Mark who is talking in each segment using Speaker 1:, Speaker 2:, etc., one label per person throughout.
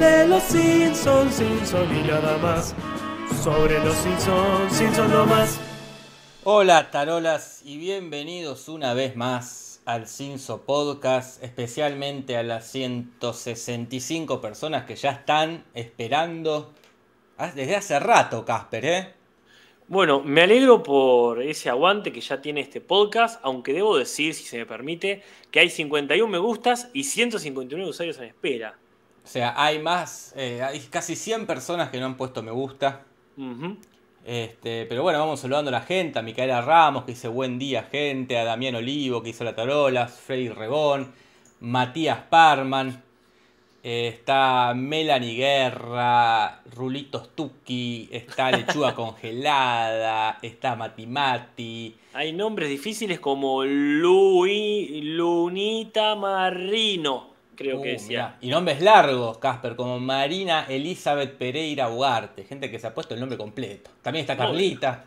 Speaker 1: de los Simpsons, Simpson y nada más. Sobre los Simpsons, Simpson no más.
Speaker 2: Hola tarolas y bienvenidos una vez más al Cinso Podcast, especialmente a las 165 personas que ya están esperando ah, desde hace rato, Casper, ¿eh?
Speaker 3: Bueno, me alegro por ese aguante que ya tiene este podcast, aunque debo decir, si se me permite, que hay 51 me gustas y 159 usuarios en espera.
Speaker 2: O sea, hay más, eh, hay casi 100 personas que no han puesto me gusta.
Speaker 3: Ujú.
Speaker 2: Este, pero bueno, vamos saludando a la gente, a Micaela Ramos que dice buen día gente, a Damián Olivo que hizo la tarola, Freddy Rebón, Matías Parman, eh, está Melanie Guerra, Rulitos Tuki, está Lechuga Congelada, está Mati Mati,
Speaker 3: Hay nombres difíciles como Lui, Lunita Marrino, creo
Speaker 2: Uh,
Speaker 3: que decía.
Speaker 2: mirá, y nombres largos, Casper, como Marina Elizabeth Pereira Ugarte, gente que se ha puesto el nombre completo. También está
Speaker 3: Muy bien.
Speaker 2: Carlita.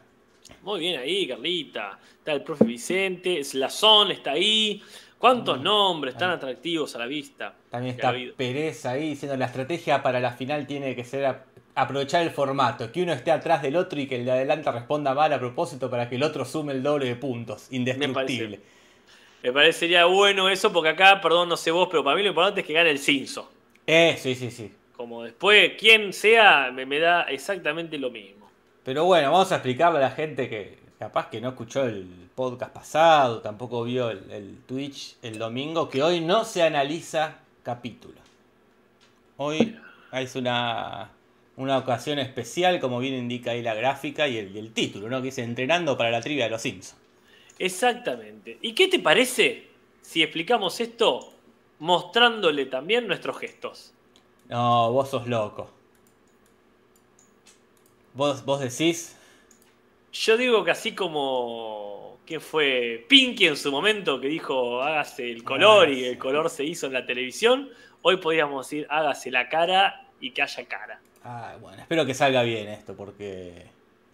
Speaker 3: Muy bien ahí, Carlita. Está el profe Vicente, Slazón está ahí. ¿Cuántos
Speaker 2: Mm,
Speaker 3: nombres tan
Speaker 2: ahí.
Speaker 3: atractivos a la vista?
Speaker 2: También
Speaker 3: que ha
Speaker 2: está
Speaker 3: habido?
Speaker 2: Pérez ahí diciendo la estrategia para la final tiene que ser a- aprovechar el formato, que uno esté atrás del otro y que el de adelante responda mal a propósito para que el otro sume el doble de puntos, indestructible.
Speaker 3: Me parecería bueno eso porque acá, perdón, no sé vos, pero para mí lo importante es que gane el Cinso.
Speaker 2: Eh, sí, sí, sí.
Speaker 3: Como después, quien sea, me, me da exactamente lo mismo.
Speaker 2: Pero bueno, vamos a explicarle a la gente que capaz que no escuchó el podcast pasado, tampoco vio el, el Twitch el domingo, que hoy no se analiza capítulo. Hoy es una, una ocasión especial, como bien indica ahí la gráfica y el, y el título, ¿no? Que dice Entrenando para la trivia de los Simpsons.
Speaker 3: Exactamente. ¿Y qué te parece si explicamos esto mostrándole también nuestros gestos?
Speaker 2: No, vos sos loco. Vos, vos decís.
Speaker 3: Yo digo que así como que fue Pinky en su momento que dijo hágase el color y el color se hizo en la televisión, hoy podríamos decir hágase la cara y que haya cara.
Speaker 2: Ah, bueno, espero que salga bien esto, porque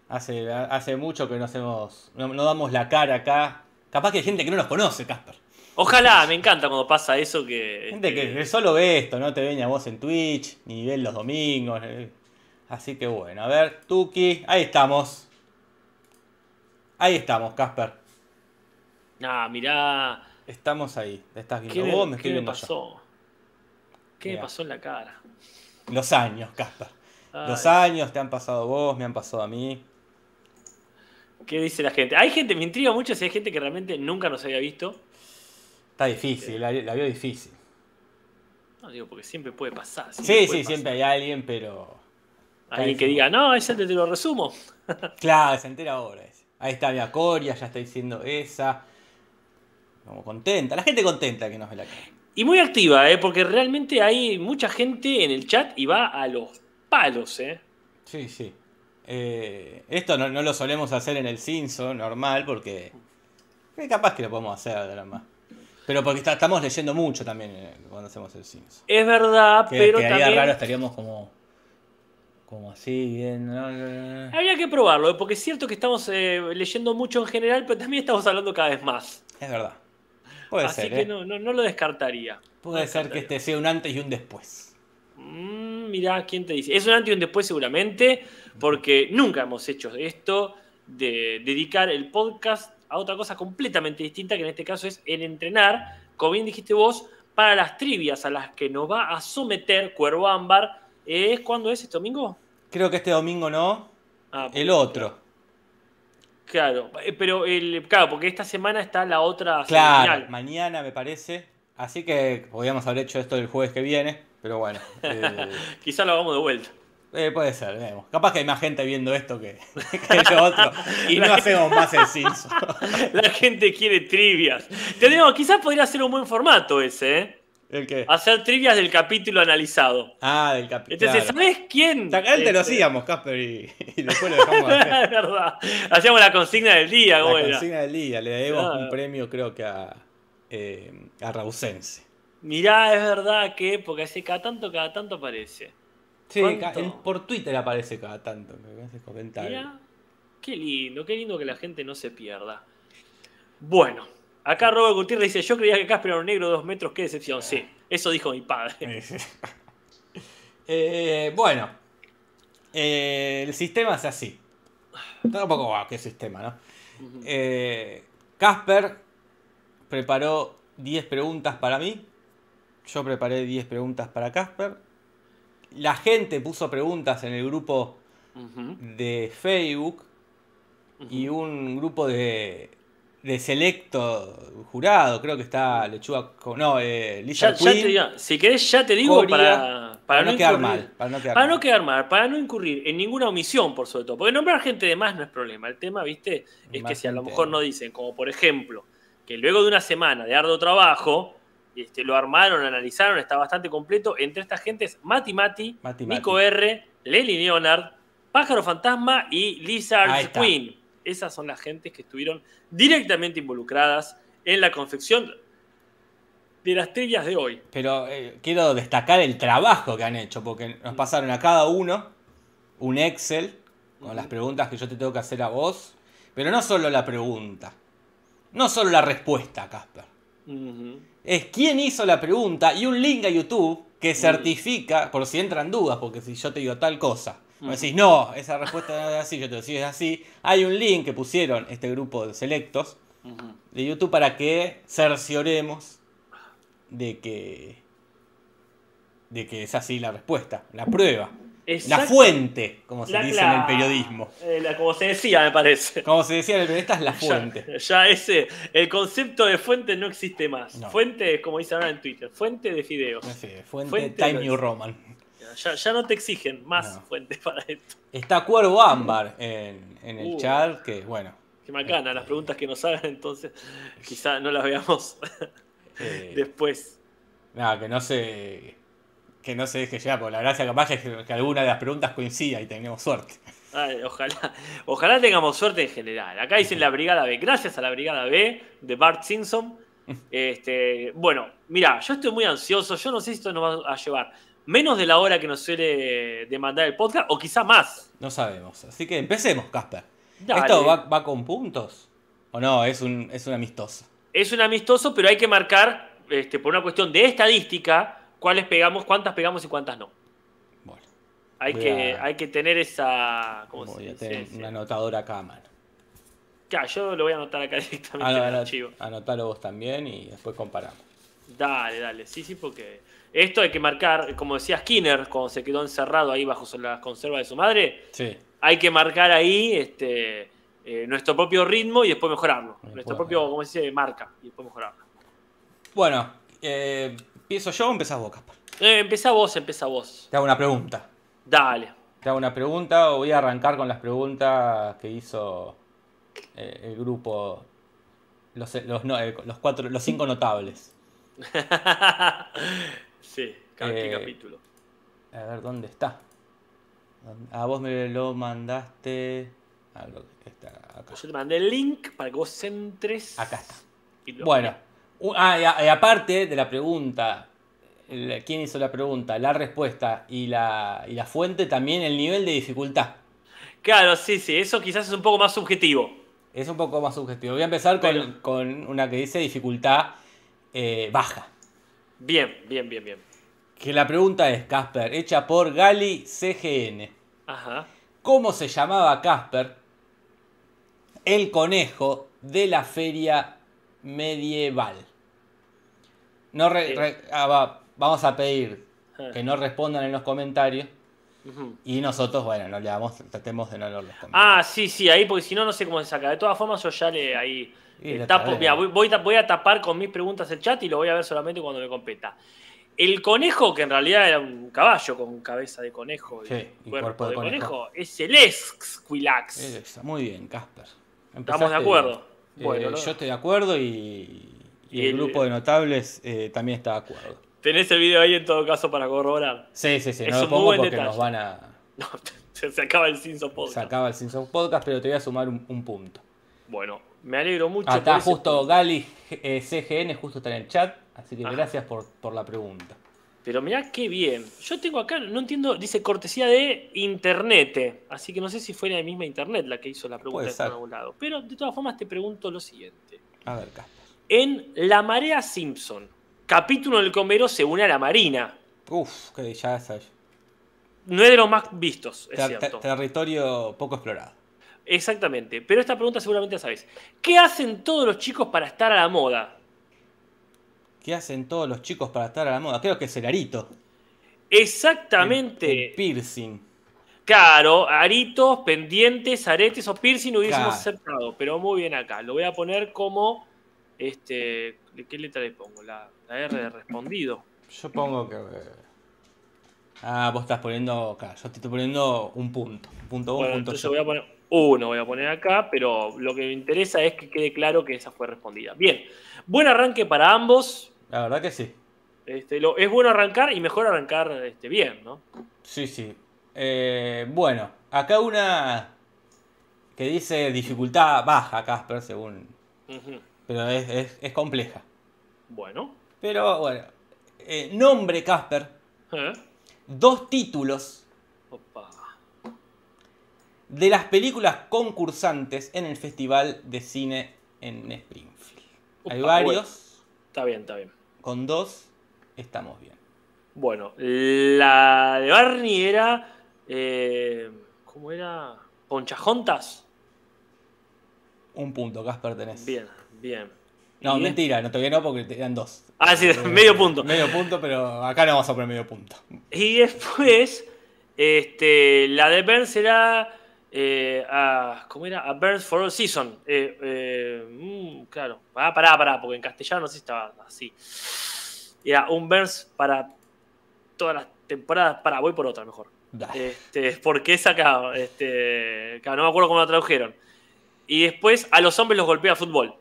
Speaker 2: hace, hace mucho que no hacemos. No, no damos la cara acá. Capaz que hay gente que no nos conoce, Casper.
Speaker 3: Ojalá, me encanta cuando pasa eso que...
Speaker 2: Gente que,
Speaker 3: este,
Speaker 2: que solo ve esto, no te ven ni a vos en Twitch, ni ven los domingos. eh. Así que bueno, a ver, Tuki, ahí estamos. Ahí estamos, Casper.
Speaker 3: Ah, mirá,
Speaker 2: Estamos ahí. Te estás
Speaker 3: ¿qué,
Speaker 2: viendo
Speaker 3: me,
Speaker 2: vos, me
Speaker 3: qué
Speaker 2: estoy
Speaker 3: me
Speaker 2: viendo yo.
Speaker 3: pasó? ¿Qué me
Speaker 2: Mirá.
Speaker 3: pasó en la cara?
Speaker 2: Los años, Casper. Los
Speaker 3: Ay.
Speaker 2: años te han pasado vos, me han pasado a mí.
Speaker 3: ¿Qué dice la gente? Hay gente, me intriga mucho si hay gente que realmente nunca nos había visto.
Speaker 2: Está difícil, la, la veo difícil.
Speaker 3: No digo, porque siempre puede pasar.
Speaker 2: Sí, sí,
Speaker 3: puede pasar.
Speaker 2: siempre hay alguien, pero.
Speaker 3: Alguien que diga, no, ese te, te lo resumo.
Speaker 2: Claro, se entera ahora. ese. Ahí está Mia Coria, ya está diciendo esa. Como contenta. La gente contenta que nos ve la cara.
Speaker 3: Y muy activa, ¿eh? porque realmente hay mucha gente en el chat y va a los palos. ¿eh?
Speaker 2: Sí, sí. Eh, esto no, no lo solemos hacer en el Cinso normal porque. eh, capaz que lo podemos hacer ahora más. Pero porque está- estamos leyendo mucho también eh, cuando hacemos el Cinso.
Speaker 3: Es verdad,
Speaker 2: Que
Speaker 3: pero
Speaker 2: quedaría
Speaker 3: también
Speaker 2: raro, estaríamos como. Como así, bien. no, no, no.
Speaker 3: habría que probarlo, ¿eh? porque es cierto que estamos eh, leyendo mucho en general, pero también estamos hablando cada vez más.
Speaker 2: Es verdad. Puede
Speaker 3: Así
Speaker 2: ser,
Speaker 3: que
Speaker 2: ¿eh?
Speaker 3: no, no, no lo descartaría.
Speaker 2: Puede
Speaker 3: No
Speaker 2: ser que
Speaker 3: descartaría.
Speaker 2: este sea un antes y un después.
Speaker 3: Mm, mirá, ¿quién te dice? Es un antes y un después seguramente, porque nunca hemos hecho esto de dedicar el podcast a otra cosa completamente distinta, que en este caso es el entrenar, como bien dijiste vos, para las trivias a las que nos va a someter Cuervo Ámbar. ¿Es cuándo es este domingo?
Speaker 2: Creo que este domingo no.
Speaker 3: Ah,
Speaker 2: El otro.
Speaker 3: Claro, eh, pero el, claro, porque esta semana está la otra
Speaker 2: Claro,
Speaker 3: semifinal.
Speaker 2: mañana me parece. Así que podríamos haber hecho esto el jueves que viene. Pero bueno. eh,
Speaker 3: Quizá lo hagamos de vuelta.
Speaker 2: eh, puede ser, vemos. Capaz que hay más gente viendo esto que, que lo otro. Y no hacemos más el Simpson.
Speaker 3: La gente quiere trivias. Tenemos, quizás podría ser un buen formato ese, ¿eh?
Speaker 2: ¿El qué?
Speaker 3: hacer trivias del capítulo analizado.
Speaker 2: Ah, del capítulo.
Speaker 3: Entonces, ¿sabes quién?
Speaker 2: Antes lo
Speaker 3: Este,
Speaker 2: hacíamos, Casper, y, y después lo dejamos de hacer.
Speaker 3: es verdad. Hacíamos la consigna del día,
Speaker 2: La
Speaker 3: güey.
Speaker 2: consigna del día. Le debemos un
Speaker 3: Claro.
Speaker 2: premio, creo que a, eh, a Rausense.
Speaker 3: Mirá, es verdad que, porque hace cada tanto, cada tanto aparece.
Speaker 2: Sí,
Speaker 3: ¿Cuánto?
Speaker 2: ca- él por Twitter aparece cada tanto, me hace comentario.
Speaker 3: Mirá, qué lindo, qué lindo que la gente no se pierda. Bueno, acá Robert Gutiérrez dice, yo creía que Casper era un negro de dos metros, qué decepción. Sí, eso dijo mi padre.
Speaker 2: Eh, bueno, eh, el sistema es así. Tampoco, wow, qué sistema, ¿no?
Speaker 3: Ujú.
Speaker 2: Eh, Casper preparó 10 preguntas para mí. Yo preparé 10 preguntas para Casper. La gente puso preguntas en el grupo
Speaker 3: Ujú,
Speaker 2: de Facebook
Speaker 3: ujú.
Speaker 2: y un grupo de, de selecto jurado. Creo que está Lechuga. Co- No, eh,
Speaker 3: Ya,
Speaker 2: Lizard
Speaker 3: ya
Speaker 2: Queen,
Speaker 3: te digo, si querés, ya te digo
Speaker 2: Coria,
Speaker 3: para,
Speaker 2: para, no quedar
Speaker 3: incurrir-
Speaker 2: mal. Para no quedar
Speaker 3: Para no
Speaker 2: mal.
Speaker 3: quedar mal, para no incurrir en ninguna omisión, por sobre todo. Porque nombrar gente de más no es problema. El tema, viste, es
Speaker 2: Más
Speaker 3: que si a lo
Speaker 2: gente.
Speaker 3: mejor no dicen, como por ejemplo, que luego de una semana de arduo trabajo, este, lo armaron, lo analizaron, está bastante completo. Entre estas gentes, Mati Mati,
Speaker 2: Mati,
Speaker 3: Nico eh.
Speaker 2: Mati.
Speaker 3: R, Leli Leonard, Pájaro Fantasma
Speaker 2: Ahí
Speaker 3: y Lizard
Speaker 2: está.
Speaker 3: Queen. Esas son las gentes que estuvieron directamente involucradas en la confección de las trillas de hoy.
Speaker 2: Pero eh, quiero destacar el trabajo que han hecho, porque
Speaker 3: Mm.
Speaker 2: nos pasaron a cada uno un Excel con las
Speaker 3: Ujú.
Speaker 2: preguntas que yo te tengo que hacer a vos. Pero no solo la pregunta, no solo la respuesta, Casper.
Speaker 3: Ujú.
Speaker 2: Es quién hizo la pregunta y un link a YouTube que
Speaker 3: Mm.
Speaker 2: certifica, por si entran dudas, porque si yo te digo tal cosa, me decís, no, esa respuesta no es así, yo te decía es así. Hay un link que pusieron este grupo de selectos
Speaker 3: Ujú.
Speaker 2: de YouTube para que cercioremos de que de que es así la respuesta, la prueba, la
Speaker 3: Exacto.
Speaker 2: fuente, como se
Speaker 3: La-
Speaker 2: dice en
Speaker 3: la-
Speaker 2: el periodismo.
Speaker 3: eh, la- como se decía, me parece.
Speaker 2: Como se decía en el periodista, es la fuente.
Speaker 3: Ya, ya ese, el concepto de fuente no existe más.
Speaker 2: No. Eh.
Speaker 3: Fuente es como dicen ahora en Twitter, fuente de fideos.
Speaker 2: No sé, fuente,
Speaker 3: Fuente
Speaker 2: Time
Speaker 3: no
Speaker 2: New
Speaker 3: es.
Speaker 2: Roman.
Speaker 3: Ya, ya no te exigen más
Speaker 2: No.
Speaker 3: fuentes para esto.
Speaker 2: Está Cuervo Ámbar en, en el
Speaker 3: Uh.
Speaker 2: chat, que bueno.
Speaker 3: Qué
Speaker 2: Eh.
Speaker 3: macana, las preguntas que nos hagan entonces, quizá no las veamos
Speaker 2: eh,
Speaker 3: después.
Speaker 2: nada, que no se. Que no se deje llevar, porque la gracia capaz es que, que alguna de las preguntas coincida y tenemos suerte.
Speaker 3: Ay, ojalá, ojalá tengamos suerte en general. Acá dicen la Brigada B. Gracias a la Brigada B de Bart Simpson. Este, bueno, mira, yo estoy muy ansioso. Yo no sé si esto nos va a llevar menos de la hora que nos suele demandar el podcast o quizá más.
Speaker 2: No sabemos. Así que empecemos, Casper.
Speaker 3: Dale.
Speaker 2: ¿Esto va, va con puntos? ¿O no? Es un, es un amistoso.
Speaker 3: Es un amistoso, pero hay que marcar este, por una cuestión de estadística cuáles pegamos, cuántas pegamos y cuántas no.
Speaker 2: Bueno,
Speaker 3: Hay,
Speaker 2: Voy
Speaker 3: que,
Speaker 2: a-
Speaker 3: hay que tener esa. ¿Cómo
Speaker 2: voy
Speaker 3: se
Speaker 2: a
Speaker 3: dice?
Speaker 2: tener
Speaker 3: Ese-
Speaker 2: una anotadora acá a mano.
Speaker 3: Claro, yo lo voy a anotar acá directamente en el
Speaker 2: Ano-
Speaker 3: archivo.
Speaker 2: anotalo vos también y después comparamos.
Speaker 3: Dale, dale, sí, sí, porque esto hay que marcar, como decía Skinner, cuando se quedó encerrado ahí bajo so- las conservas de su madre,
Speaker 2: Sí.
Speaker 3: hay que marcar ahí este, eh, nuestro propio ritmo y después mejorarlo.
Speaker 2: Después
Speaker 3: nuestro propio,
Speaker 2: mejorar.
Speaker 3: como se dice, marca y después mejorarlo.
Speaker 2: Bueno, eh, ¿empiezo yo o empezás vos, Casper?
Speaker 3: Eh, empezá vos, empezá vos.
Speaker 2: Te hago una pregunta.
Speaker 3: Dale.
Speaker 2: Te hago una pregunta o voy a arrancar con las preguntas que hizo eh, el grupo. Los, los, no- eh, los cuatro, los cinco notables.
Speaker 3: sí, ca- qué
Speaker 2: Eh,
Speaker 3: capítulo.
Speaker 2: A ver, ¿dónde está? ¿Dónde- A vos me lo mandaste. Ah, creo que está acá.
Speaker 3: Yo te mandé el link para que vos entres.
Speaker 2: Acá está.
Speaker 3: y lo-
Speaker 2: Bueno, u- ah, y, a- y aparte de la pregunta, el- quién hizo la pregunta, la respuesta y la, y la fuente, también el nivel de dificultad.
Speaker 3: Claro, sí, sí, eso quizás es un poco más subjetivo.
Speaker 2: Es un poco más subjetivo. Voy a empezar con,
Speaker 3: Bueno.
Speaker 2: con una que dice dificultad eh, baja.
Speaker 3: Bien, bien, bien, bien.
Speaker 2: Que la pregunta es, Casper, hecha por Gali CGN.
Speaker 3: Ajá.
Speaker 2: ¿Cómo se llamaba Casper? El conejo de la feria medieval. No re-
Speaker 3: Sí.
Speaker 2: re- ah, va- vamos a pedir
Speaker 3: Ah.
Speaker 2: que no respondan en los comentarios.
Speaker 3: Ujú.
Speaker 2: Y nosotros, bueno, no le damos, tratemos de no leer los comentarios.
Speaker 3: Ah, sí, sí, ahí, porque si no, no sé cómo se saca. De todas formas, yo ya le ahí.
Speaker 2: Y
Speaker 3: eh,
Speaker 2: lo
Speaker 3: tapo,
Speaker 2: tardaré.
Speaker 3: mira, voy, voy ta- voy a tapar con mis preguntas el chat y lo voy a ver solamente cuando me competa. El conejo, que en realidad era un caballo con cabeza de conejo y,
Speaker 2: Sí,
Speaker 3: cuerpo, de, conejo. es el
Speaker 2: Eh,
Speaker 3: Esquilax.
Speaker 2: está muy bien, Casper.
Speaker 3: Estamos
Speaker 2: Empezaste-
Speaker 3: de acuerdo.
Speaker 2: Eh,
Speaker 3: Bueno, ¿no?
Speaker 2: yo estoy de acuerdo y, y
Speaker 3: Y
Speaker 2: el
Speaker 3: el-
Speaker 2: grupo de notables eh, también está de acuerdo.
Speaker 3: tenés el video ahí en todo caso para corroborar.
Speaker 2: Sí, sí, sí,
Speaker 3: Es
Speaker 2: no
Speaker 3: un
Speaker 2: lo
Speaker 3: muy
Speaker 2: pongo
Speaker 3: buen
Speaker 2: porque
Speaker 3: detalle.
Speaker 2: nos van a...
Speaker 3: No, se se acaba el Simpson Podcast.
Speaker 2: Se acaba el Simpson Podcast, pero te voy a sumar un, un punto.
Speaker 3: Bueno, me alegro mucho.
Speaker 2: Ah,
Speaker 3: por
Speaker 2: está
Speaker 3: ese
Speaker 2: justo
Speaker 3: punto.
Speaker 2: Gali eh, CGN, justo está en el chat, así que
Speaker 3: Ajá.
Speaker 2: gracias por, por la pregunta.
Speaker 3: Pero mirá qué bien. Yo tengo acá, no entiendo, dice cortesía de internet. Así que no sé si fue la misma internet la que hizo la pregunta
Speaker 2: Puede
Speaker 3: de
Speaker 2: ser.
Speaker 3: algún lado. Pero de todas formas te pregunto lo siguiente.
Speaker 2: A ver, Casper.
Speaker 3: En La Marea Simpson, capítulo en el que Homero se une a la Marina.
Speaker 2: Uf, que ya sabes.
Speaker 3: no es de los más vistos, es
Speaker 2: Ter- ter-
Speaker 3: cierto.
Speaker 2: territorio poco explorado.
Speaker 3: Exactamente. Pero esta pregunta seguramente la sabes. ¿Qué hacen todos los chicos para estar a la moda?
Speaker 2: ¿Qué hacen todos los chicos para estar a la moda? Creo que es el arito. El,
Speaker 3: Exactamente.
Speaker 2: el piercing.
Speaker 3: Claro, aritos, pendientes, aretes o piercing hubiésemos
Speaker 2: Claro.
Speaker 3: acertado, pero muy bien acá. Lo voy a poner como. Este, ¿Qué letra le pongo? La, la R de respondido.
Speaker 2: Yo pongo que. eh, Ah, vos estás poniendo. Acá. Yo te estoy poniendo un punto. Punto vos,
Speaker 3: Bueno,
Speaker 2: punto
Speaker 3: entonces
Speaker 2: yo.
Speaker 3: voy a poner uno, voy a poner acá, pero lo que me interesa es que quede claro que esa fue respondida. Bien, buen arranque para ambos.
Speaker 2: La verdad que sí.
Speaker 3: Este, lo- es bueno arrancar y mejor arrancar este, bien, ¿no?
Speaker 2: Sí, sí. Eh, bueno, acá una que dice dificultad baja, Casper, según.
Speaker 3: Ujú.
Speaker 2: Pero es, es- es compleja.
Speaker 3: Bueno.
Speaker 2: Pero bueno. eh, nombre, Casper.
Speaker 3: Eh.
Speaker 2: Dos títulos
Speaker 3: Opa.
Speaker 2: de las películas concursantes en el Festival de Cine en Springfield. Hay
Speaker 3: Upa,
Speaker 2: varios.
Speaker 3: Está bien, está bien.
Speaker 2: Con dos estamos bien.
Speaker 3: Bueno, la de Barney era. eh, ¿Cómo era? ¿Ponchajontas?
Speaker 2: Un punto, Casper, tenés.
Speaker 3: Bien, bien.
Speaker 2: No,
Speaker 3: Y-
Speaker 2: mentira, no, todavía no porque te dan dos.
Speaker 3: Ah, sí,
Speaker 2: Eh,
Speaker 3: medio punto.
Speaker 2: Medio punto, pero acá no vamos a poner medio punto.
Speaker 3: Y después, este, la de Burns era. eh, a- ¿Cómo era? A Burns for All Season. Eh, eh, mm, claro. Ah, pará, pará, porque en castellano no sé si estaba así. Era un Burns para todas las temporadas. Pará, voy por otra mejor.
Speaker 2: Dale.
Speaker 3: Este, porque esa acá, este, acá, no me acuerdo cómo la tradujeron. Y después, a los hombres los golpea fútbol.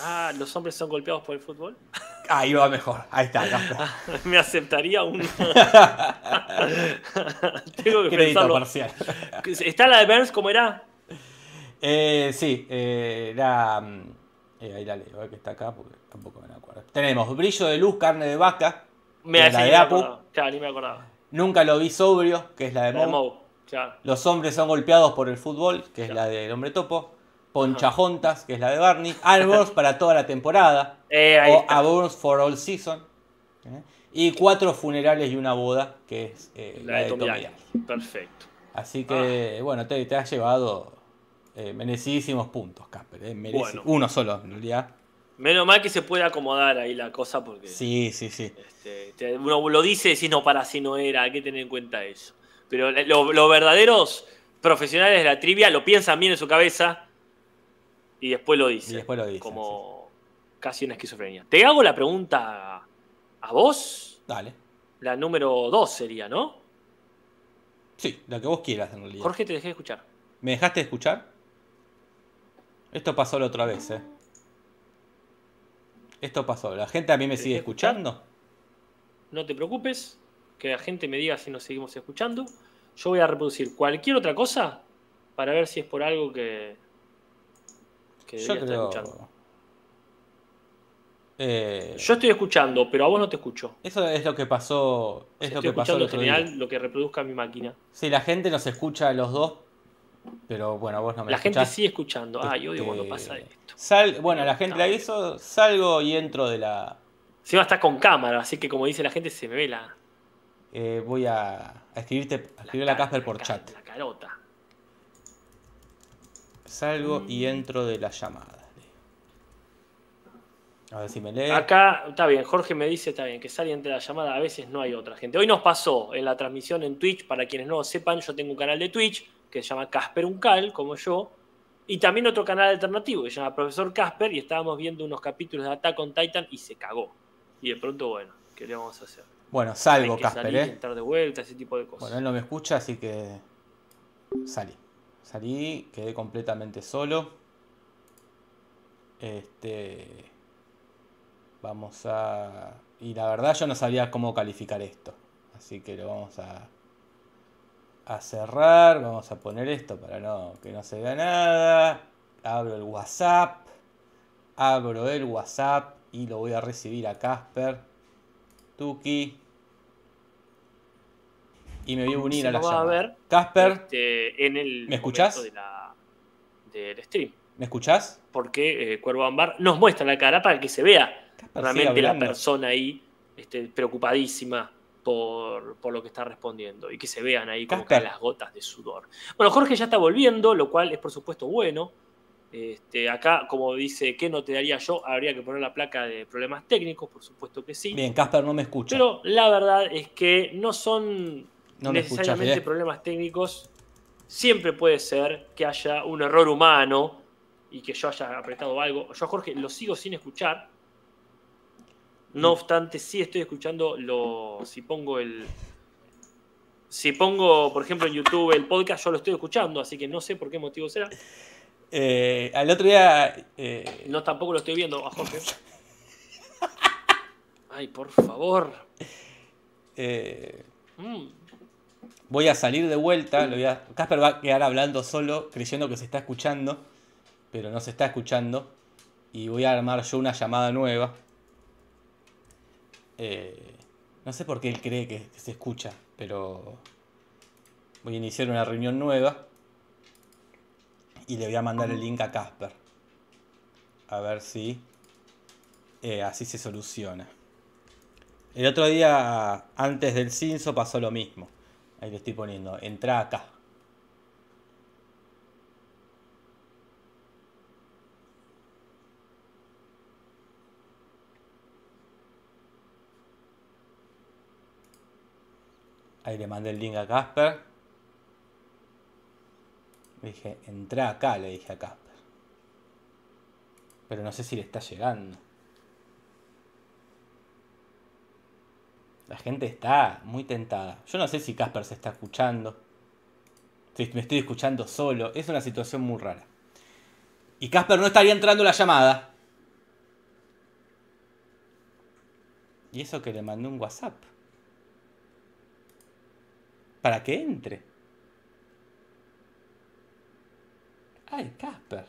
Speaker 3: Ah, los hombres son golpeados por el fútbol.
Speaker 2: Ahí va mejor. Ahí está, Casper.
Speaker 3: Me aceptaría un. Tengo que
Speaker 2: Crédito
Speaker 3: pensarlo.
Speaker 2: parcial.
Speaker 3: ¿Está la de Burns como era?
Speaker 2: Eh, sí, eh, la. mm, eh, ahí la leo, a ver que está acá porque tampoco me la acuerdo. Tenemos brillo de luz, carne de vaca.
Speaker 3: Me
Speaker 2: La
Speaker 3: sí,
Speaker 2: de
Speaker 3: ni me
Speaker 2: Apu.
Speaker 3: acordaba. Claro, ni me acordaba.
Speaker 2: Nunca lo vi sobrio, que es la de
Speaker 3: La de
Speaker 2: Moe.
Speaker 3: Moe, claro.
Speaker 2: Los hombres son golpeados por el fútbol, que es
Speaker 3: Claro.
Speaker 2: la del hombre topo. Ponchajontas, que es la de Barney. Albors para toda la temporada.
Speaker 3: Eh, ahí
Speaker 2: o
Speaker 3: está.
Speaker 2: A Burns for All Season. ¿eh? Y cuatro funerales y una boda, que es eh,
Speaker 3: la de Tom Ah.
Speaker 2: Tom
Speaker 3: Yaki.
Speaker 2: Yaki.
Speaker 3: Perfecto.
Speaker 2: Así que, bueno, te, te has llevado eh, merecidísimos puntos, Casper. eh, merece-
Speaker 3: Bueno.
Speaker 2: Uno solo, en realidad.
Speaker 3: Menos mal que se puede acomodar ahí la cosa porque.
Speaker 2: Sí, sí, sí.
Speaker 3: Este, te- uno lo dice y decís, no, para, si no era, hay que tener en cuenta eso. Pero la- lo- los verdaderos profesionales de la trivia lo piensan bien en su cabeza y después lo dicen.
Speaker 2: Y después lo dicen,
Speaker 3: Como casi una esquizofrenia. Te hago la pregunta a vos,
Speaker 2: Dale.
Speaker 3: la número 2 sería, ¿no?
Speaker 2: Sí, lo que vos quieras, en realidad.
Speaker 3: Jorge, te dejé de escuchar.
Speaker 2: ¿Me dejaste escuchar? Esto pasó la otra vez, ¿eh? Esto pasó. ¿La gente a mí me
Speaker 3: ¿Te
Speaker 2: sigue
Speaker 3: dejé escuchar?
Speaker 2: escuchando?
Speaker 3: No te preocupes, que la gente me diga si nos seguimos escuchando. Yo voy a reproducir cualquier otra cosa para ver si es por algo que, que debería
Speaker 2: Yo
Speaker 3: estar escuchando.
Speaker 2: creo. Eh,
Speaker 3: Yo estoy escuchando, pero a vos no te escucho.
Speaker 2: Eso es lo que pasó. Es lo
Speaker 3: Estoy
Speaker 2: que pasó el
Speaker 3: escuchando en
Speaker 2: otro día.
Speaker 3: general lo que reproduzca mi máquina.
Speaker 2: Sí, la gente nos escucha a los dos, pero bueno, vos no me
Speaker 3: la gente
Speaker 2: escuchás.
Speaker 3: sigue escuchando. Ay, odio cuando
Speaker 2: Este,
Speaker 3: pasa esto.
Speaker 2: sal- bueno, la gente
Speaker 3: No.
Speaker 2: la hizo, salgo y entro de la...
Speaker 3: Encima está con cámara, así que como dice la gente, se me ve la.
Speaker 2: eh, voy a, a escribirte, a escribirle a
Speaker 3: cara-
Speaker 2: Casper por
Speaker 3: cara-
Speaker 2: chat.
Speaker 3: La carota.
Speaker 2: Salgo y
Speaker 3: Mm.
Speaker 2: entro de la llamada. A ver si me lee.
Speaker 3: Acá, está bien, Jorge me dice, está bien, que sale entre la llamada, a veces no hay otra gente. Hoy nos pasó en la transmisión en Twitch, para quienes no lo sepan, yo tengo un canal de Twitch que se llama Casper Uncal, como yo, y también otro canal alternativo que se llama Profesor Casper, y estábamos viendo unos capítulos de Attack on Titan y se cagó. Y de pronto, bueno, ¿qué le vamos a hacer?
Speaker 2: Bueno, salgo,
Speaker 3: Hay que
Speaker 2: Casper,
Speaker 3: salir,
Speaker 2: ¿eh?
Speaker 3: entrar de vuelta, ese tipo de cosas.
Speaker 2: Bueno, él no me escucha, así que salí. Salí, quedé completamente solo. Este. Vamos a. Y la verdad, yo no sabía cómo calificar esto. Así que lo vamos a. A cerrar. Vamos a poner esto para no, que no se vea nada. Abro el WhatsApp. Abro el WhatsApp y lo voy a recibir a Casper. Tuki. Y me voy a unir
Speaker 3: Se
Speaker 2: a la
Speaker 3: nos va a
Speaker 2: llamada.
Speaker 3: ver.
Speaker 2: Casper,
Speaker 3: Este, en el
Speaker 2: ¿Me escuchás?
Speaker 3: momento de la- del stream.
Speaker 2: ¿me escuchás?
Speaker 3: Porque eh, Cuervo Ámbar nos muestra la cara para que se vea
Speaker 2: Casper Ah, sigue
Speaker 3: realmente la
Speaker 2: hablando.
Speaker 3: persona ahí este, preocupadísima por, por lo que está respondiendo y que se vean ahí como
Speaker 2: Casper.
Speaker 3: caen las gotas de sudor. Bueno, Jorge ya está volviendo, lo cual es por supuesto bueno. Este, acá, como dice, ¿qué no te daría yo? Habría que poner la placa de problemas técnicos, por supuesto que sí.
Speaker 2: Bien, Casper no me escucha.
Speaker 3: Pero la verdad es que no son
Speaker 2: no me ¿eh? escucha,
Speaker 3: necesariamente
Speaker 2: Fede.
Speaker 3: problemas técnicos. Siempre puede ser que haya un error humano y que yo haya apretado algo. Yo, a Jorge, lo sigo sin escuchar.
Speaker 2: Mm.
Speaker 3: No obstante, sí estoy escuchando lo. Si pongo el. Si pongo, por ejemplo, en YouTube el podcast, yo lo estoy escuchando, así que no sé por qué motivo será.
Speaker 2: Eh, al otro día. eh,
Speaker 3: No tampoco lo estoy viendo a Jorge. Ay, por favor.
Speaker 2: eh,
Speaker 3: Mm.
Speaker 2: voy a salir de vuelta. lo voy a- Casper va a quedar hablando solo, creyendo que se está escuchando, pero no se está escuchando. Y voy a armar yo una llamada nueva. Eh, no sé por qué él cree que, que se escucha, pero voy a iniciar una reunión nueva. Y le voy a mandar el link a Casper. A ver si eh, así se soluciona. El otro día, antes del cinzo, pasó lo mismo. Ahí le estoy poniendo. Entra acá. Ahí le mandé el link a Casper. Le dije, entra acá, le dije a Casper. Pero no sé si le está llegando. La gente está muy tentada. Yo no sé si Casper se está escuchando. Si me estoy escuchando solo. Es una situación muy rara. Y Casper no estaría entrando la llamada. Y eso que le mandé un WhatsApp. Para que entre. Ay, Casper.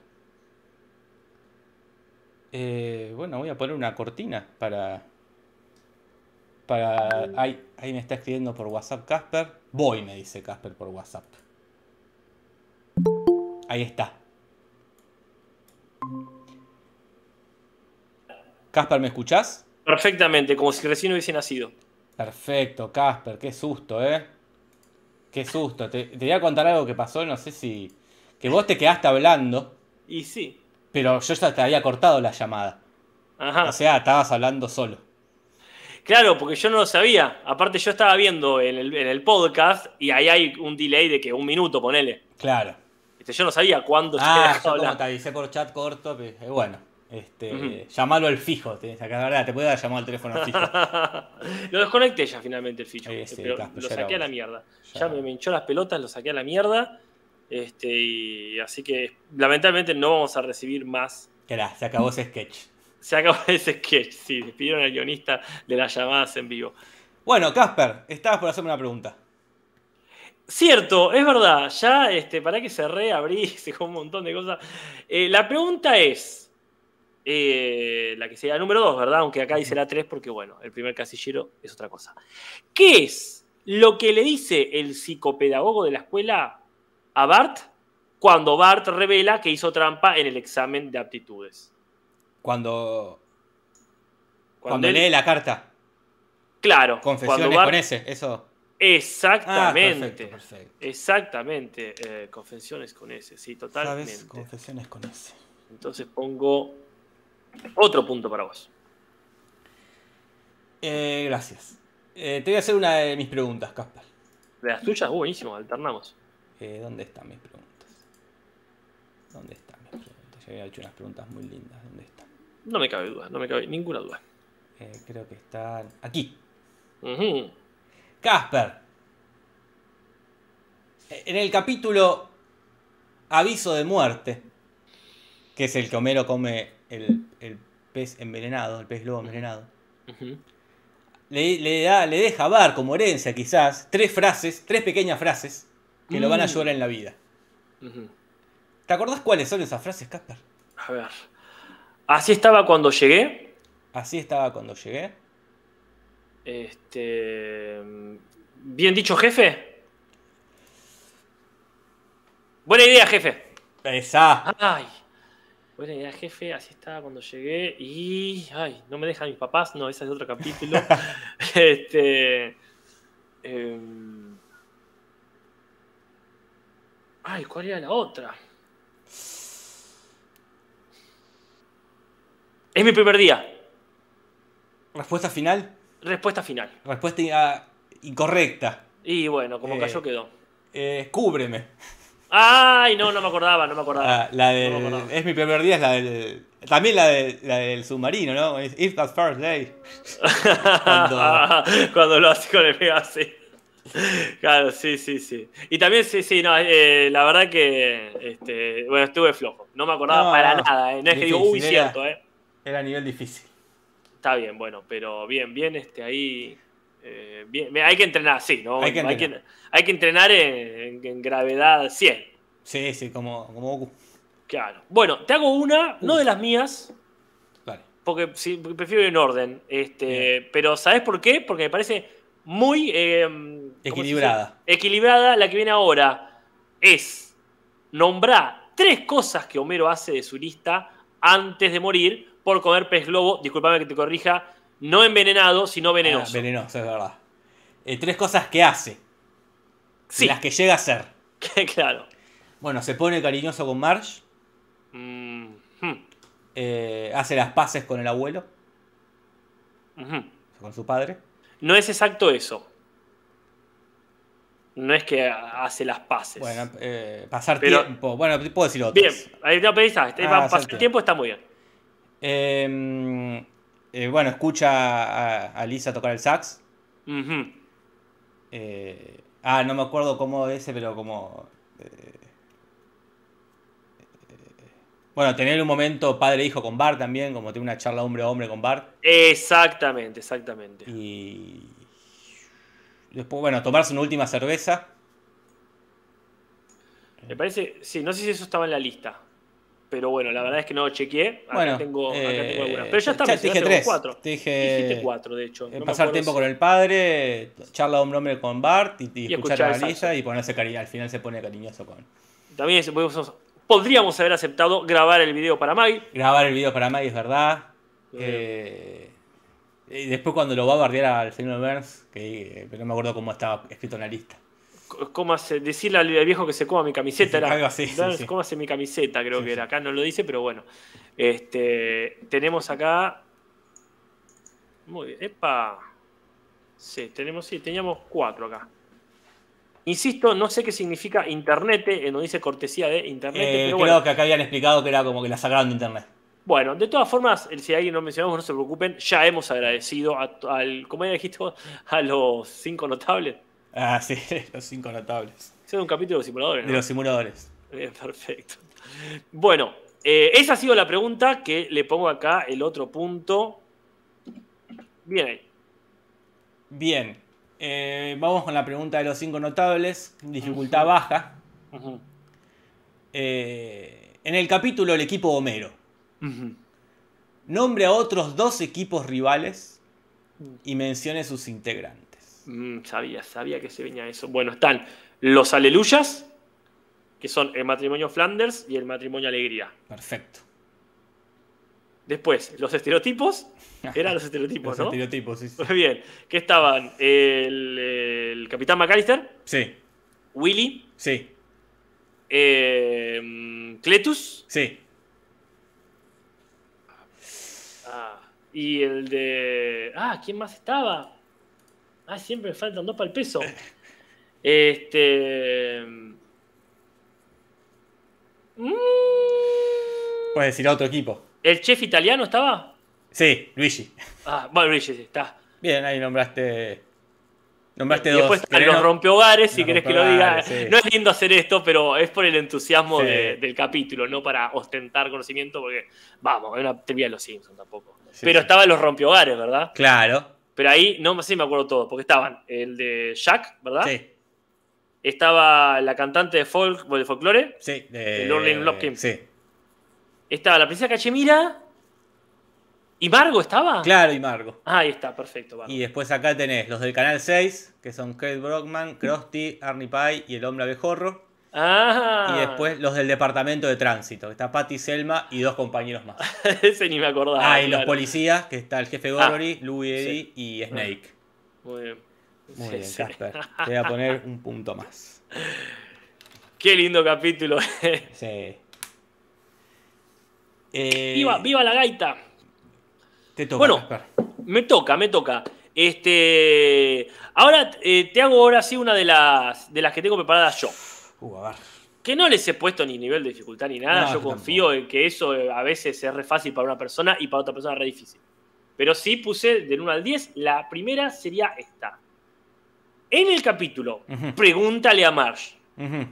Speaker 2: Eh, bueno, voy a poner una cortina para para. Ahí, ahí me está escribiendo por WhatsApp Casper. Voy, me dice Casper por WhatsApp. Ahí está. Casper, ¿me escuchás?
Speaker 3: Perfectamente, como si recién hubiese nacido.
Speaker 2: Perfecto, Casper, qué susto, ¿eh? Qué susto. Te, te voy a contar algo que pasó, no sé si. Que vos te quedaste hablando,
Speaker 3: Y sí.
Speaker 2: pero yo ya te había cortado la llamada.
Speaker 3: Ajá.
Speaker 2: O sea, estabas hablando solo.
Speaker 3: Claro, porque yo no lo sabía. Aparte, yo estaba viendo en el, en el podcast y ahí hay un delay de que un minuto, ponele.
Speaker 2: Claro.
Speaker 3: Este, yo no sabía cuándo se
Speaker 2: Ah,
Speaker 3: dejaba
Speaker 2: yo como
Speaker 3: hablar.
Speaker 2: te avisé por chat corto, pe- eh, bueno, este,
Speaker 3: Ujú.
Speaker 2: llamalo al fijo, te, la verdad, te puedo llamar al teléfono fijo.
Speaker 3: lo desconecté ya finalmente el ficho. este,
Speaker 2: Ahí sí,
Speaker 3: pero
Speaker 2: Casper,
Speaker 3: lo
Speaker 2: ya era
Speaker 3: saqué a la
Speaker 2: vos.
Speaker 3: mierda.
Speaker 2: Ya.
Speaker 3: Ya, me, me hinchó las pelotas, lo saqué a la mierda. Este, y así que lamentablemente no vamos a recibir más.
Speaker 2: Que la, se acabó ese sketch.
Speaker 3: Se acabó ese sketch. Sí, despidieron al guionista de las llamadas en vivo.
Speaker 2: Bueno, Casper, estabas por hacerme una pregunta.
Speaker 3: Cierto, es verdad. Ya, este, para que se reabrí, se dejó un montón de cosas. Eh, la pregunta es. eh, la que sería la número 2, ¿verdad? Aunque acá dice la 3 porque, bueno, el primer casillero es otra cosa. ¿Qué es lo que le dice el psicopedagogo de la escuela a Bart cuando Bart revela que hizo trampa en el examen de aptitudes?
Speaker 2: Cuando,
Speaker 3: Cuando,
Speaker 2: cuando
Speaker 3: él-
Speaker 2: lee la carta,
Speaker 3: Claro,
Speaker 2: confesiones
Speaker 3: cuando Bart-
Speaker 2: con ese, eso. Ah,
Speaker 3: Exactamente.
Speaker 2: perfecto, perfecto.
Speaker 3: Exactamente, eh, confesiones con ese, sí, totalmente.
Speaker 2: ¿Sabes? Confesiones con ese.
Speaker 3: Entonces pongo otro punto para vos.
Speaker 2: Eh, gracias. Eh, te voy a hacer una de mis preguntas, Casper.
Speaker 3: De las tuyas, uh, buenísimo, alternamos.
Speaker 2: Eh, ¿Dónde están mis preguntas? ¿Dónde están mis preguntas? Yo había hecho unas preguntas muy lindas. ¿Dónde están?
Speaker 3: No me cabe duda, no me cabe ninguna duda.
Speaker 2: Eh, creo que están aquí.
Speaker 3: Ujú.
Speaker 2: Casper. En el capítulo Aviso de muerte, que es el que Homero come el, el pez envenenado, el pez globo envenenado,
Speaker 3: Ujú.
Speaker 2: le, le da, le deja a Bar como herencia quizás tres frases, tres pequeñas frases que lo van a ayudar en la vida.
Speaker 3: Ujú.
Speaker 2: ¿Te acordás cuáles son esas frases, Casper?
Speaker 3: A ver. Así estaba cuando llegué.
Speaker 2: Así estaba cuando llegué.
Speaker 3: Este. Bien dicho, jefe. Buena idea, jefe.
Speaker 2: Esa.
Speaker 3: Ay. Buena idea, jefe. Así estaba cuando llegué. Y. Ay, no me dejan mis papás. No, ese es otro capítulo. este. Eh, Ay, ¿cuál era la otra? Es mi primer día.
Speaker 2: Respuesta final.
Speaker 3: Respuesta final.
Speaker 2: Respuesta i- ah, incorrecta.
Speaker 3: Y bueno, como
Speaker 2: Eh.
Speaker 3: cayó quedó.
Speaker 2: Eh, cúbreme.
Speaker 3: Ay, no, no me acordaba, no me acordaba.
Speaker 2: Ah, la
Speaker 3: No me
Speaker 2: del.
Speaker 3: acordaba.
Speaker 2: es mi primer día, es la del. También la, de- la del submarino, ¿no? Es If that first day. cuando-
Speaker 3: Cuando lo hace con el pega así. Claro, sí, sí, sí. Y también, sí, sí, no, eh, la verdad que, este, bueno, estuve flojo. No me acordaba
Speaker 2: No,
Speaker 3: para nada, eh. No es que digo, uy,
Speaker 2: difícil era".
Speaker 3: cierto, eh.
Speaker 2: Era nivel difícil.
Speaker 3: Está bien, bueno, pero bien, bien, este, ahí. eh, bien, bien, hay que entrenar, sí, ¿no?
Speaker 2: Hay que
Speaker 3: Hay, que, hay que entrenar en, en- en gravedad 100,
Speaker 2: Sí, sí, como, como Goku.
Speaker 3: claro. Bueno, te hago una, no de las mías,
Speaker 2: Vale.
Speaker 3: porque, sí, porque prefiero ir en orden, este, pero ¿sabes por qué? Porque me parece muy. eh, ¿cómo se dice?
Speaker 2: Equilibrada.
Speaker 3: Equilibrada, la que viene ahora es nombrar tres cosas que Homero hace de su lista antes de morir por comer pez globo, disculpame que te corrija, no envenenado, sino venenoso.
Speaker 2: Ah, venenoso, es verdad. Eh, tres cosas que hace.
Speaker 3: Sí,
Speaker 2: Las que llega a hacer.
Speaker 3: claro.
Speaker 2: Bueno, se pone cariñoso con Marge.
Speaker 3: Mm, hmm,
Speaker 2: eh, hace las paces con el abuelo,
Speaker 3: ujú.
Speaker 2: con su padre.
Speaker 3: mm-hmm. No es exacto eso. No es que hace las paces.
Speaker 2: Bueno, eh, pasar
Speaker 3: Pero-
Speaker 2: tiempo. Bueno, te puedo decir otras.
Speaker 3: bien, ahí no, pero ahí está, ahí va,
Speaker 2: Ah,
Speaker 3: pasa
Speaker 2: exacto.
Speaker 3: el tiempo está muy bien.
Speaker 2: Eh, eh, bueno, escucha a, a Lisa tocar el sax.
Speaker 3: Ujú.
Speaker 2: Eh, ah, no me acuerdo cómo ese, pero como. eh, eh, bueno, tener un momento padre-hijo con Bart también, como tener una charla hombre a hombre con Bart.
Speaker 3: Exactamente, exactamente.
Speaker 2: Y. Después, bueno, tomarse una última cerveza.
Speaker 3: Me parece, sí, no sé si eso estaba en la lista. Pero bueno, la verdad es que no lo chequeé. Acá
Speaker 2: bueno,
Speaker 3: tengo, acá
Speaker 2: eh,
Speaker 3: tengo algunas. Pero ya está,
Speaker 2: te
Speaker 3: me
Speaker 2: dije
Speaker 3: mencionaste con
Speaker 2: tres.
Speaker 3: cuatro.
Speaker 2: Te
Speaker 3: Dijiste
Speaker 2: dije.
Speaker 3: cuatro, de hecho.
Speaker 2: Eh,
Speaker 3: no me
Speaker 2: pasar
Speaker 3: acuerdo
Speaker 2: tiempo
Speaker 3: si-
Speaker 2: con el padre, charla hombre a hombre con Bart y, y
Speaker 3: Y
Speaker 2: escuchar,
Speaker 3: escuchar
Speaker 2: a
Speaker 3: el
Speaker 2: Lisa
Speaker 3: saxo.
Speaker 2: y ponerse cari al final se pone cariñoso con.
Speaker 3: También se- podemos- podríamos haber aceptado grabar el video para Maggie.
Speaker 2: Grabar el video para Maggie es verdad.
Speaker 3: Bien.
Speaker 2: Eh, y después cuando lo va a bardear al señor Burns, que eh, no me acuerdo cómo estaba escrito en la lista.
Speaker 3: C- cómase- decirle al al viejo que se coma mi
Speaker 2: Sí, sí,
Speaker 3: camiseta. era,
Speaker 2: algo así, sí,
Speaker 3: Dance,
Speaker 2: sí.
Speaker 3: cómase mi camiseta, creo
Speaker 2: Sí,
Speaker 3: que
Speaker 2: sí.
Speaker 3: era. Acá no lo dice, pero bueno. Este, tenemos acá. Muy bien. Epa. Sí, tenemos, sí, teníamos cuatro acá. Insisto, no sé qué significa internet, en donde dice cortesía de internet,
Speaker 2: Eh,
Speaker 3: pero
Speaker 2: creo
Speaker 3: bueno.
Speaker 2: que acá habían explicado que era como que la sacaron de internet.
Speaker 3: Bueno, de todas formas, el- si alguien no mencionamos, no se preocupen, ya hemos agradecido a, al, ¿cómo era, dijiste vos? a los cinco notables.
Speaker 2: Ah, sí, los cinco notables.
Speaker 3: Ese es un capítulo de los simuladores,
Speaker 2: De
Speaker 3: ¿no?
Speaker 2: los simuladores.
Speaker 3: Bien, perfecto. Bueno, eh, esa ha sido la pregunta que le pongo acá el otro punto. Bien ahí.
Speaker 2: Bien. eh, vamos con la pregunta de los cinco notables. Dificultad baja.
Speaker 3: Ujú,
Speaker 2: Eh, en el capítulo El equipo Homero.
Speaker 3: ujú.
Speaker 2: Nombre a otros dos equipos rivales y mencione sus integrantes.
Speaker 3: Mm, sabía, sabía que se venía eso. Bueno, están los aleluyas, que son el matrimonio Flanders y el matrimonio Alegría.
Speaker 2: Perfecto.
Speaker 3: Después, los estereotipos. Eran los estereotipos,
Speaker 2: Los
Speaker 3: ¿no?
Speaker 2: estereotipos, sí, sí.
Speaker 3: Muy bien. Que estaban el, el capitán McAllister,
Speaker 2: Sí,
Speaker 3: Willy,
Speaker 2: sí,
Speaker 3: eh, Cletus.
Speaker 2: sí.
Speaker 3: Ah, y el de. Ah, ¿quién más estaba? Ah, siempre me faltan dos para el peso. Este. mm,
Speaker 2: Puedes decir a otro equipo.
Speaker 3: ¿El chef italiano estaba?
Speaker 2: Sí, Luigi.
Speaker 3: Ah, bueno, Luigi, sí, está.
Speaker 2: Bien, ahí nombraste. Nombraste
Speaker 3: Y
Speaker 2: dos.
Speaker 3: después están
Speaker 2: ¿Querés
Speaker 3: los
Speaker 2: no-
Speaker 3: rompehogares, si
Speaker 2: los
Speaker 3: querés que lo diga.
Speaker 2: rompehogares, sí.
Speaker 3: No es lindo hacer esto, pero es por el entusiasmo
Speaker 2: Sí.
Speaker 3: de- del capítulo, no para ostentar conocimiento, porque, vamos, es una trivia de los Simpsons tampoco.
Speaker 2: Sí,
Speaker 3: pero
Speaker 2: sí.
Speaker 3: estaban los rompehogares, ¿verdad?
Speaker 2: Claro.
Speaker 3: Pero ahí no sé me acuerdo todo, porque estaban el de Jack, ¿verdad?
Speaker 2: Sí,
Speaker 3: Estaba la cantante de folk, de folclore.
Speaker 2: sí. de-
Speaker 3: El Orlin Lopkins.
Speaker 2: Sí.
Speaker 3: Estaba la princesa Cachemira. ¿Y Margo estaba?
Speaker 2: Claro, y Margo.
Speaker 3: Ah, ahí está, perfecto. Margo.
Speaker 2: Y después acá tenés los del canal 6, que son Kate Brockman, Krusty, Arnie Pie y el hombre abejorro.
Speaker 3: Ah,
Speaker 2: Y después los del departamento de tránsito, que está Patty Selma y dos compañeros más.
Speaker 3: ese ni me acordaba.
Speaker 2: Ah, y los
Speaker 3: claro. Ah,
Speaker 2: policías, que está el jefe Gorgory, Louie Eddie y Snake.
Speaker 3: Muy bien.
Speaker 2: Muy
Speaker 3: Ah, Sí,
Speaker 2: bien,
Speaker 3: sí.
Speaker 2: Casper. Te voy a poner un punto más.
Speaker 3: Qué lindo capítulo.
Speaker 2: Sí. Eh,
Speaker 3: viva, viva la gaita.
Speaker 2: Te toca,
Speaker 3: Bueno.
Speaker 2: Casper.
Speaker 3: Me toca, me toca. Este, ahora eh, te hago ahora sí una de las, de las que tengo preparadas yo.
Speaker 2: Uh, a ver.
Speaker 3: Que no les he puesto ni nivel de dificultad ni
Speaker 2: No,
Speaker 3: nada.
Speaker 2: yo
Speaker 3: yo
Speaker 2: tampoco.
Speaker 3: confío en que eso eh, a veces es re fácil para una persona y para otra persona re difícil. Pero sí puse del 1 al 10. La primera sería esta. En el capítulo,
Speaker 2: Ujú.
Speaker 3: pregúntale a Marge,
Speaker 2: Ujú.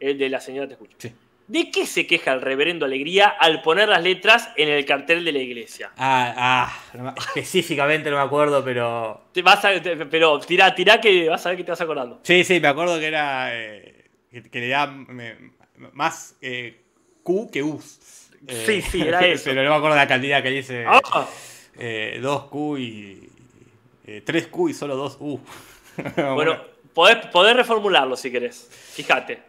Speaker 3: el de la señora te escucha.
Speaker 2: Sí.
Speaker 3: ¿De qué se queja el reverendo Alegría al poner las letras en el cartel de la iglesia?
Speaker 2: Ah, ah, no me- específicamente no me acuerdo, pero.
Speaker 3: Te vas a- te- pero tirá, tirá que vas a ver que te vas acordando.
Speaker 2: Sí, sí, me acuerdo que era. eh, que, que le da me- más eh, Q que U. Eh,
Speaker 3: Sí, sí, era eso.
Speaker 2: Pero no me acuerdo de la cantidad que dice.
Speaker 3: Ah,
Speaker 2: eh, 2Q y. eh, 3Q y solo 2U.
Speaker 3: bueno, podés, podés reformularlo si querés. Fíjate.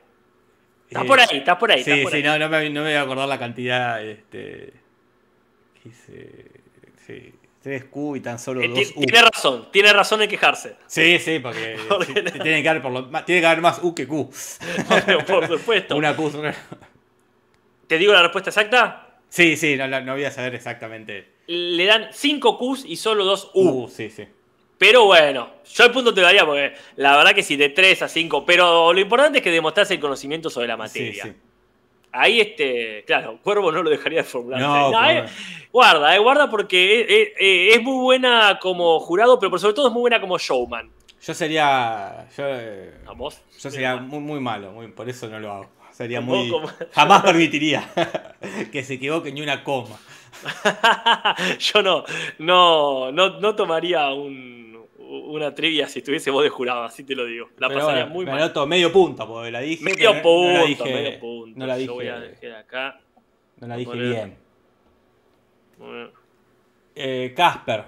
Speaker 3: Estás
Speaker 2: Eh,
Speaker 3: por ahí, estás por ahí.
Speaker 2: Sí,
Speaker 3: estás por
Speaker 2: sí,
Speaker 3: ahí.
Speaker 2: no, no me, no me voy a acordar la cantidad. Este, que hice. Sí, 3Q y tan solo
Speaker 3: Eh, ti-
Speaker 2: 2U.
Speaker 3: Tiene razón, tiene razón en quejarse.
Speaker 2: Sí, sí, porque,
Speaker 3: Porque
Speaker 2: sí,
Speaker 3: no.
Speaker 2: tiene, que haber por lo- ma- tiene que haber más U que Q.
Speaker 3: Pero por supuesto.
Speaker 2: Una Q. sobre-
Speaker 3: ¿Te digo la respuesta exacta?
Speaker 2: Sí, sí, no, no- no voy a saber exactamente.
Speaker 3: Le dan 5 Qs y solo 2 U.
Speaker 2: U, sí, sí.
Speaker 3: Pero bueno, yo el punto te daría porque la verdad que sí, de 3 a 5. Pero lo importante es que demostrase el conocimiento sobre la materia.
Speaker 2: Sí, sí.
Speaker 3: Ahí, este, claro, Cuervo no lo dejaría de formular.
Speaker 2: No,
Speaker 3: No,
Speaker 2: pero-
Speaker 3: eh, guarda, eh, guarda porque eh, eh, es muy buena como jurado, pero por sobre todo es muy buena como showman.
Speaker 2: Yo sería. Yo, eh,
Speaker 3: Vamos.
Speaker 2: yo sería muy, muy malo, muy, por eso no lo hago. Sería
Speaker 3: Como-
Speaker 2: muy.
Speaker 3: como-
Speaker 2: Jamás permitiría que se equivoque ni una coma.
Speaker 3: Yo no, no, no, no tomaría un- una trivia si estuviese vos de jurado, así te lo digo. La
Speaker 2: Pero
Speaker 3: pasaría
Speaker 2: bueno,
Speaker 3: muy
Speaker 2: me
Speaker 3: mal.
Speaker 2: anoto medio punto, porque la dije.
Speaker 3: Medio
Speaker 2: pero
Speaker 3: punto,
Speaker 2: no- no la dije-
Speaker 3: medio punto.
Speaker 2: No la
Speaker 3: Yo voy a
Speaker 2: dije,
Speaker 3: dejar acá.
Speaker 2: no la dije
Speaker 3: poner-
Speaker 2: bien.
Speaker 3: Bueno,
Speaker 2: Eh, Casper.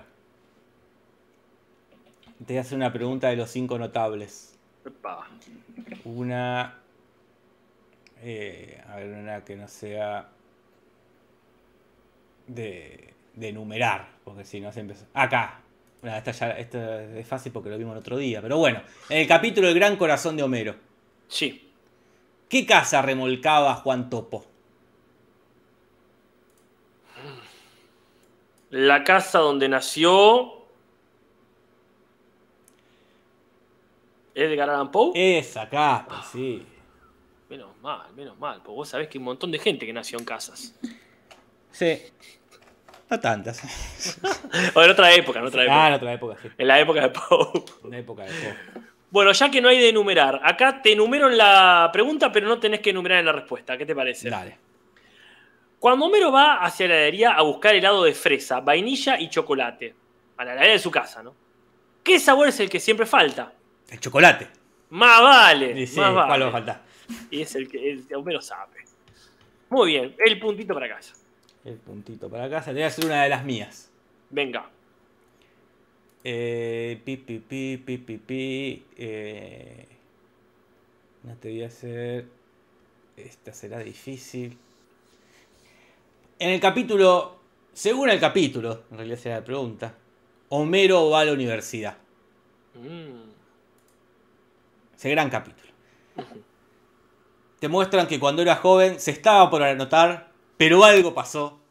Speaker 2: Te voy a hacer una pregunta de los cinco notables.
Speaker 3: epa.
Speaker 2: Una. eh, a ver, una que no sea. De, de numerar, porque si no se empezó. Acá. Bueno, esta, ya, esta es fácil porque lo vimos el otro día. Pero bueno, en el capítulo El Gran Corazón de Homero.
Speaker 3: Sí.
Speaker 2: ¿Qué casa remolcaba Juan Topo?
Speaker 3: La casa donde nació. Edgar Allan Poe.
Speaker 2: Esa Casper, sí.
Speaker 3: Menos mal, menos mal. Porque vos sabés que hay un montón de gente que nació en casas.
Speaker 2: Sí. No tantas.
Speaker 3: O en otra época, en otra época.
Speaker 2: Ah, en otra época, sí.
Speaker 3: En la época de Poe.
Speaker 2: En la época de Poe.
Speaker 3: Bueno, ya que no hay de enumerar, acá te enumero en la pregunta, pero no tenés que enumerar en la respuesta. ¿Qué te parece?
Speaker 2: Dale.
Speaker 3: Cuando Homero va hacia la heladería a buscar helado de fresa, vainilla y chocolate, a la heladería de su casa, ¿no? ¿Qué sabor es el que siempre falta?
Speaker 2: El chocolate.
Speaker 3: Más vale.
Speaker 2: Sí, sí,
Speaker 3: más vale.
Speaker 2: ¿cuál va a faltar?
Speaker 3: Y es el que el que Homero sabe. Muy bien, el puntito para casa.
Speaker 2: El puntito para casa. Te voy a hacer una de las mías.
Speaker 3: Venga.
Speaker 2: Eh, pi, pi, pi, pi, pi, pi. eh, no te voy a hacer. Esta será difícil. En el capítulo. Según el capítulo, en realidad será la pregunta. Homero va a la universidad.
Speaker 3: Mm.
Speaker 2: Ese gran capítulo. Te muestran que cuando era joven se estaba por anotar, pero algo pasó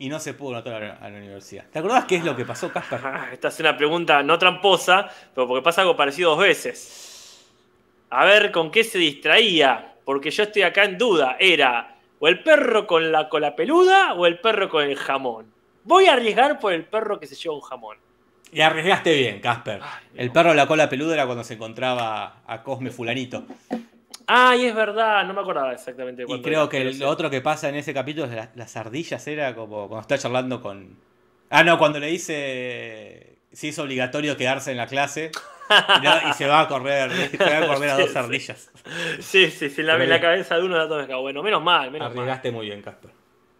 Speaker 2: y no se pudo anotar a la, a la universidad. ¿Te acordás qué es lo que pasó, Casper?
Speaker 3: Ah, Esta es una pregunta no tramposa, pero porque pasa algo parecido dos veces. A ver, ¿con qué se distraía? Porque yo estoy acá en duda. Era o el perro con la cola peluda o el perro con el jamón. Voy a arriesgar por el perro que se lleva un jamón.
Speaker 2: Y arriesgaste bien, Casper.
Speaker 3: Ay,
Speaker 2: El
Speaker 3: no.
Speaker 2: perro de la cola peluda era cuando se encontraba a Cosme Fulanito.
Speaker 3: Ay, es verdad, no me acordaba exactamente.
Speaker 2: Y
Speaker 3: cuándo
Speaker 2: creo
Speaker 3: era,
Speaker 2: que
Speaker 3: pero
Speaker 2: lo
Speaker 3: sí.
Speaker 2: otro que pasa en ese capítulo es la- las ardillas, era como cuando está charlando con. Ah, no, cuando le dice si es obligatorio quedarse en la clase y, no- y se va a correr, se va a correr a
Speaker 3: Sí,
Speaker 2: dos
Speaker 3: sí.
Speaker 2: ardillas.
Speaker 3: Sí, sí, sí, la,
Speaker 2: Pero
Speaker 3: la
Speaker 2: bien.
Speaker 3: cabeza de uno la toma. Bueno, menos mal, menos mal.
Speaker 2: Arriesgaste muy bien, Casper.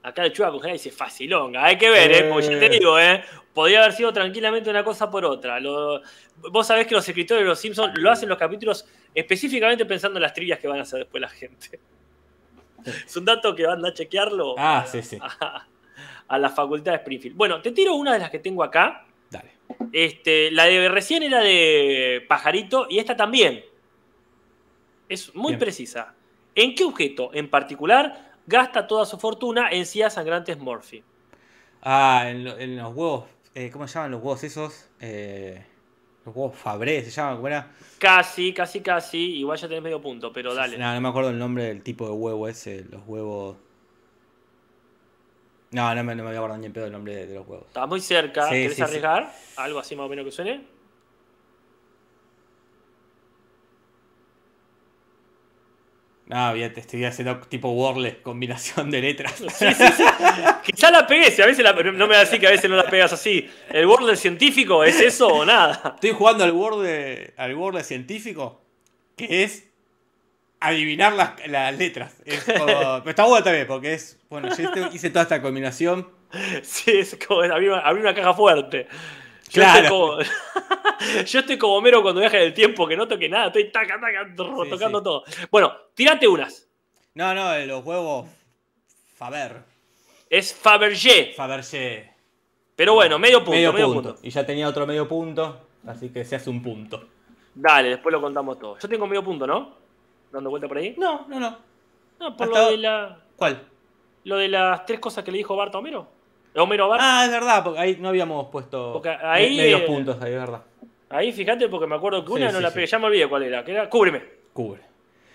Speaker 3: Acá el Chuba congelada dice facilonga. Hay que ver, ¿eh? Porque ya te
Speaker 2: Eh.
Speaker 3: digo, ¿eh? Podría haber sido tranquilamente una cosa por otra. Lo- vos sabés que los escritores de Los Simpsons lo hacen los capítulos específicamente pensando en las trivias que van a hacer después la gente. Es un dato que van a chequearlo
Speaker 2: Ah, sí, sí.
Speaker 3: a, a la facultad de Springfield. Bueno, te tiro una de las que tengo acá,
Speaker 2: Dale.
Speaker 3: Este, la de recién era de pajarito y esta también. Es muy
Speaker 2: Bien.
Speaker 3: precisa. ¿En qué objeto en particular gasta toda su fortuna en sillas sangrantes Murphy?
Speaker 2: Ah, en, lo- en los huevos. eh, ¿Cómo se llaman los huevos esos? Eh, los huevos Fabré se llaman, ¿cómo era?
Speaker 3: Casi, casi, casi. Igual ya tenés medio punto, pero dale.
Speaker 2: No, no me acuerdo el nombre del tipo de huevo ese, los huevos. No, no me, no me voy a acordar ni en pedo el nombre de, de los huevos.
Speaker 3: Estás muy cerca.
Speaker 2: Sí,
Speaker 3: ¿Querés
Speaker 2: sí, sí.
Speaker 3: arriesgar? Algo así más o menos que suene.
Speaker 2: No, ya te estoy haciendo tipo wordless, combinación de letras.
Speaker 3: Quizá la pegues, y a veces la- no me vas a decir que a veces no la pegas así. ¿El Word del científico es eso o nada?
Speaker 2: Estoy jugando al Word, de- al Word de científico, que es adivinar las, las letras. Es como- pero está bueno también, porque es. Bueno, yo este- hice toda esta combinación.
Speaker 3: Sí, es como abrir una, abrir una caja fuerte. Yo
Speaker 2: Claro.
Speaker 3: estoy como, yo estoy como Homero cuando viaja en el tiempo, que no toque nada, estoy taca, taca, tro-
Speaker 2: Sí,
Speaker 3: tocando
Speaker 2: sí.
Speaker 3: todo. Bueno, tirate unas.
Speaker 2: No, no, eh, los huevos. Faber.
Speaker 3: Es Fabergé.
Speaker 2: Faberge.
Speaker 3: Pero bueno, medio punto, medio, punto.
Speaker 2: Y ya tenía otro medio punto, así que se hace un punto.
Speaker 3: Dale, después lo contamos todo. Yo tengo medio punto, ¿no? Dando vuelta por ahí.
Speaker 2: No, no, no.
Speaker 3: No, por
Speaker 2: hasta-
Speaker 3: lo de, la,
Speaker 2: ¿Cuál?
Speaker 3: lo de las tres cosas que le dijo Bart a Homero. Homero a Bart.
Speaker 2: Ah, es verdad, porque ahí no habíamos puesto
Speaker 3: Porque
Speaker 2: me-
Speaker 3: ahí,
Speaker 2: medios
Speaker 3: eh,
Speaker 2: puntos, ahí es verdad.
Speaker 3: Ahí fíjate porque me acuerdo
Speaker 2: Ah. Sí,
Speaker 3: que una no
Speaker 2: sí,
Speaker 3: la
Speaker 2: sí.
Speaker 3: pegué, ya me olvidé cuál era, que era cúbreme.
Speaker 2: Cubre.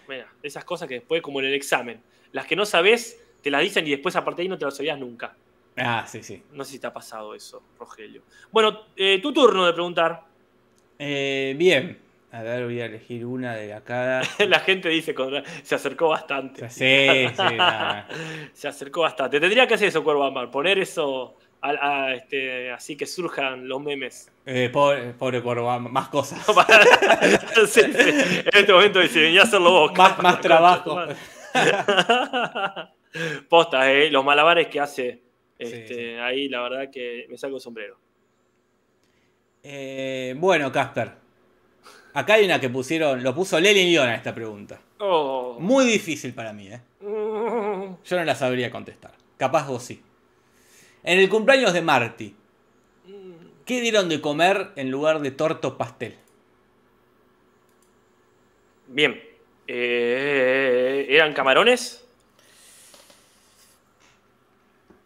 Speaker 3: Mira, esas cosas que después, como en el examen, las que no sabes, te las dicen y después a partir de ahí no te las sabías nunca.
Speaker 2: Ah, sí, sí.
Speaker 3: No sé si te ha pasado eso, Rogelio. Bueno, eh, tu turno de preguntar.
Speaker 2: Eh, bien. A ver, voy a elegir una de acá.
Speaker 3: La gente dice, con- se acercó bastante.
Speaker 2: Sí, sí, nada.
Speaker 3: Se acercó bastante. Tendría que hacer eso, Cuervo Amar, poner eso a- a, este, así que surjan los memes.
Speaker 2: Eh, pobre, pobre Corvo, más cosas.
Speaker 3: Sí, sí. En este momento dice, vení a hacerlo vos.
Speaker 2: Más-
Speaker 3: capa,
Speaker 2: más
Speaker 3: concha
Speaker 2: trabajo.
Speaker 3: tu madre. Posta, eh, los malabares que hace.
Speaker 2: Sí,
Speaker 3: Este,
Speaker 2: sí.
Speaker 3: Ahí la verdad que me saco el sombrero.
Speaker 2: Eh, bueno, Casper. Acá hay una que pusieron, lo puso Leli Leona esta pregunta.
Speaker 3: Oh.
Speaker 2: Muy difícil para mí, ¿eh?
Speaker 3: Mm.
Speaker 2: Yo no la sabría contestar. Capaz vos sí. En el cumpleaños de Marty, ¿qué dieron de comer en lugar de torto pastel?
Speaker 3: Bien. Eh, ¿Eran camarones?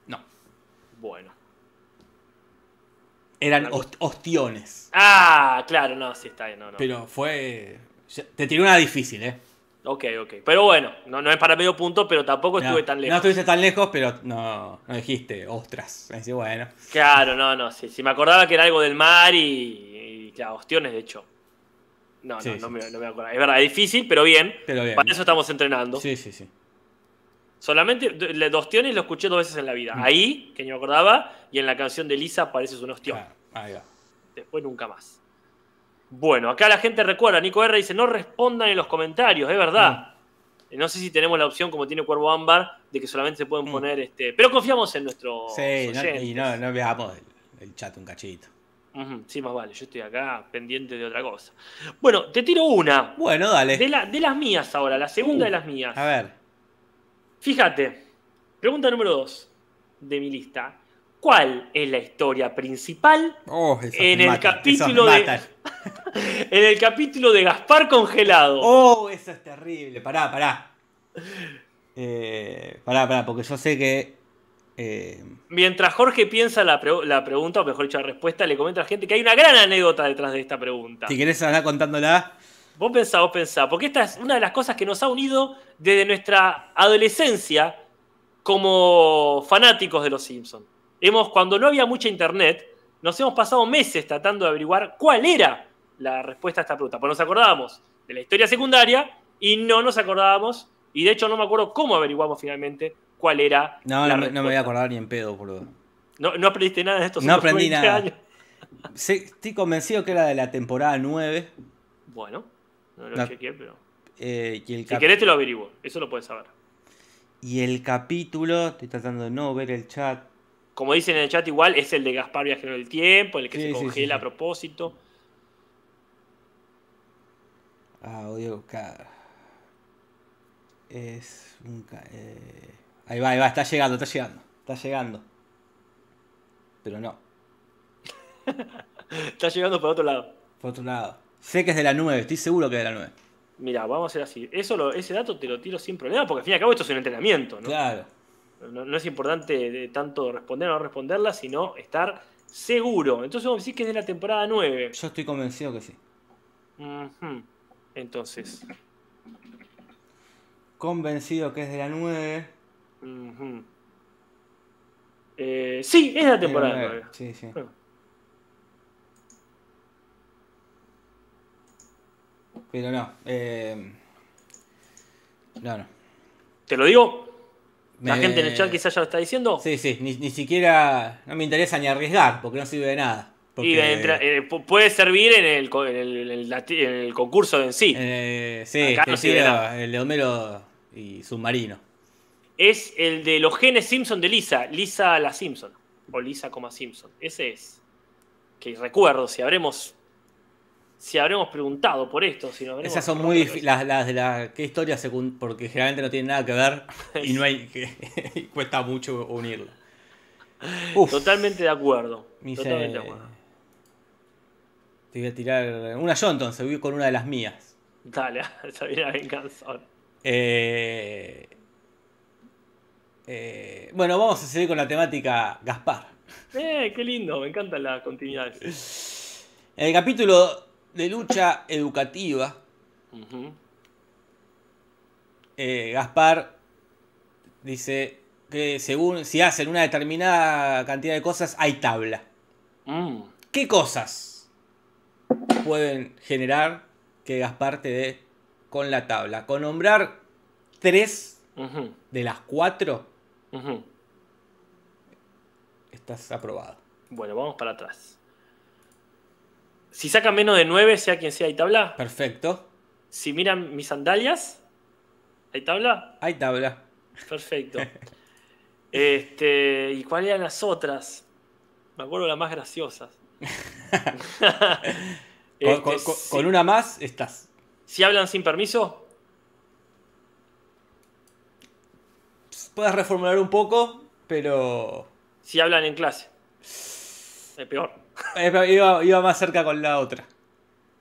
Speaker 2: No.
Speaker 3: Bueno.
Speaker 2: Eran host- ostiones.
Speaker 3: Ah, claro, no, sí está bien. No, no.
Speaker 2: Pero fue. ya- Te tiré una difícil, ¿eh?
Speaker 3: ok, ok. Pero bueno, no, no es para medio punto, pero tampoco estuve
Speaker 2: no,
Speaker 3: tan
Speaker 2: No
Speaker 3: lejos.
Speaker 2: estuviste tan lejos, pero no, no dijiste ostras. Así, bueno.
Speaker 3: Claro, no, no, sí, sí, me acordaba que era algo del mar y, y, claro, ostiones, de hecho. No, no,
Speaker 2: Sí,
Speaker 3: no,
Speaker 2: sí.
Speaker 3: me, no me acordaba. Es verdad, es difícil, pero bien.
Speaker 2: Pero bien.
Speaker 3: Para eso estamos entrenando.
Speaker 2: Sí, sí, sí.
Speaker 3: Solamente de- de ostiones lo escuché dos veces en la vida.
Speaker 2: Mm.
Speaker 3: Ahí, que ni me acordaba, y en la canción de Lisa apareces un ostión.
Speaker 2: Claro, ahí va.
Speaker 3: Después nunca más. Bueno, acá la gente recuerda, Nico R dice, no respondan en los comentarios, es verdad.
Speaker 2: Mm.
Speaker 3: Eh, No sé si tenemos la opción, como tiene Cuervo Ámbar, de que solamente se pueden
Speaker 2: Mm.
Speaker 3: poner este. Pero confiamos en nuestro.
Speaker 2: Sí, no- y no, no veamos el, el chat un cachito.
Speaker 3: Ujú, Sí, más vale, yo estoy acá pendiente de otra cosa. Bueno, te tiro una.
Speaker 2: Bueno, dale.
Speaker 3: De, la- de las mías ahora, la segunda de las mías.
Speaker 2: Uh, A ver.
Speaker 3: Fíjate, pregunta número dos de mi lista. ¿Cuál es la historia principal
Speaker 2: Oh, esos
Speaker 3: En
Speaker 2: me matan,
Speaker 3: el
Speaker 2: esos me
Speaker 3: capítulo de-
Speaker 2: matan.
Speaker 3: en el capítulo de Gaspar congelado?
Speaker 2: Oh, eso es terrible. Pará, pará. Eh, pará, pará, porque yo sé que. eh,
Speaker 3: Mientras Jorge piensa la, pre- la pregunta, o mejor dicho, la respuesta, le comenta a la gente que hay una gran anécdota detrás de esta pregunta.
Speaker 2: si querés andar contándola.
Speaker 3: Vos pensá, vos pensá, porque esta es una de las cosas que nos ha unido desde nuestra adolescencia como fanáticos de los Simpsons. Hemos, cuando no había mucha internet, nos hemos pasado meses tratando de averiguar cuál era la respuesta a esta pregunta. Pues nos acordábamos de la historia secundaria y no nos acordábamos, y de hecho no me acuerdo cómo averiguamos finalmente cuál era
Speaker 2: No,
Speaker 3: la
Speaker 2: no, me- no me voy a
Speaker 3: respuesta.
Speaker 2: acordar ni en pedo, boludo.
Speaker 3: No, no aprendiste nada de estos
Speaker 2: No
Speaker 3: últimos
Speaker 2: aprendí
Speaker 3: 20
Speaker 2: nada.
Speaker 3: años.
Speaker 2: Sé- estoy convencido que era de la temporada 9.
Speaker 3: Bueno, no lo
Speaker 2: No.
Speaker 3: chequeé, pero.
Speaker 2: eh, y, el
Speaker 3: Si
Speaker 2: cap-
Speaker 3: querés te lo averiguo, eso lo puedes saber.
Speaker 2: y el capítulo. Estoy tratando de no ver el chat.
Speaker 3: Como dicen en el chat, igual es el de Gaspar Viajero del Tiempo, el que
Speaker 2: Sí,
Speaker 3: se
Speaker 2: sí, sí,
Speaker 3: congela a
Speaker 2: sí.
Speaker 3: propósito.
Speaker 2: Ah, odio buscar. Es un. ca- eh, Ahí va, ahí va, está llegando, está llegando. Está llegando. Pero no.
Speaker 3: Está llegando por otro lado.
Speaker 2: Por otro lado. Sé que es de la 9, estoy seguro que es de la 9.
Speaker 3: Mira, vamos a hacer así. Eso lo- ese dato te lo tiro sin problema, porque al fin y al cabo esto es un entrenamiento, ¿no?
Speaker 2: Claro.
Speaker 3: No, no es importante de tanto responder o no responderla, sino estar seguro. Entonces vos decís que es de la temporada 9.
Speaker 2: Yo estoy convencido que sí.
Speaker 3: Ujú. Entonces.
Speaker 2: Convencido que es de la 9.
Speaker 3: ujú. Eh, sí, es de la temporada 9.
Speaker 2: Sí, sí.
Speaker 3: Bueno.
Speaker 2: Pero no. eh, No, no.
Speaker 3: Te lo digo. La
Speaker 2: Me-
Speaker 3: gente en el chat quizás ya lo está diciendo.
Speaker 2: Sí, sí. Ni, ni siquiera. No me interesa ni arriesgar, porque no sirve de nada. Porque,
Speaker 3: Y entra- eh, pu- puede servir en el, co- en el- en el lati- en el concurso en sí.
Speaker 2: eh, sí,
Speaker 3: Acá
Speaker 2: te
Speaker 3: no sirve de
Speaker 2: tiro
Speaker 3: nada.
Speaker 2: el de Homero y submarino.
Speaker 3: Es el de los genes Simpson de Lisa. Lisa la Simpson. O Lisa coma Simpson. Ese es. Que recuerdo, si habremos. Si habremos preguntado por esto. Si nos habremos-
Speaker 2: Esas son muy difí- las, las de la qué historia secund- porque generalmente no tienen nada que ver y no hay que y cuesta mucho unirlo. Uf,
Speaker 3: Totalmente de acuerdo.
Speaker 2: me hice-
Speaker 3: Totalmente de acuerdo.
Speaker 2: Te voy a tirar una yo entonces, voy con una de las mías.
Speaker 3: Dale, esa viene la venganza ahora.
Speaker 2: Eh, eh, bueno, vamos a seguir con la temática Gaspar.
Speaker 3: Eh, qué lindo, me encantan las continuidades.
Speaker 2: En el capítulo de lucha educativa,
Speaker 3: Ujú.
Speaker 2: eh, Gaspar dice que según si hacen una determinada cantidad de cosas hay tabla.
Speaker 3: Mm.
Speaker 2: ¿Qué cosas pueden generar que Gaspar te dé con la tabla? Con nombrar tres
Speaker 3: Ujú.
Speaker 2: de las cuatro,
Speaker 3: Ujú.
Speaker 2: estás aprobado.
Speaker 3: Bueno, vamos para atrás. Si sacan menos de 9, sea quien sea, hay tabla.
Speaker 2: Perfecto.
Speaker 3: Si miran mis sandalias, hay tabla.
Speaker 2: Hay tabla.
Speaker 3: Perfecto. Este, ¿Y cuáles eran las otras? Me acuerdo las más graciosas.
Speaker 2: Con,
Speaker 3: Este,
Speaker 2: con- con-
Speaker 3: si-
Speaker 2: con una más, estás.
Speaker 3: Si hablan sin permiso,
Speaker 2: Puedes reformular un poco, pero
Speaker 3: si hablan en clase. Es peor.
Speaker 2: eh, pero iba, iba más cerca con la otra,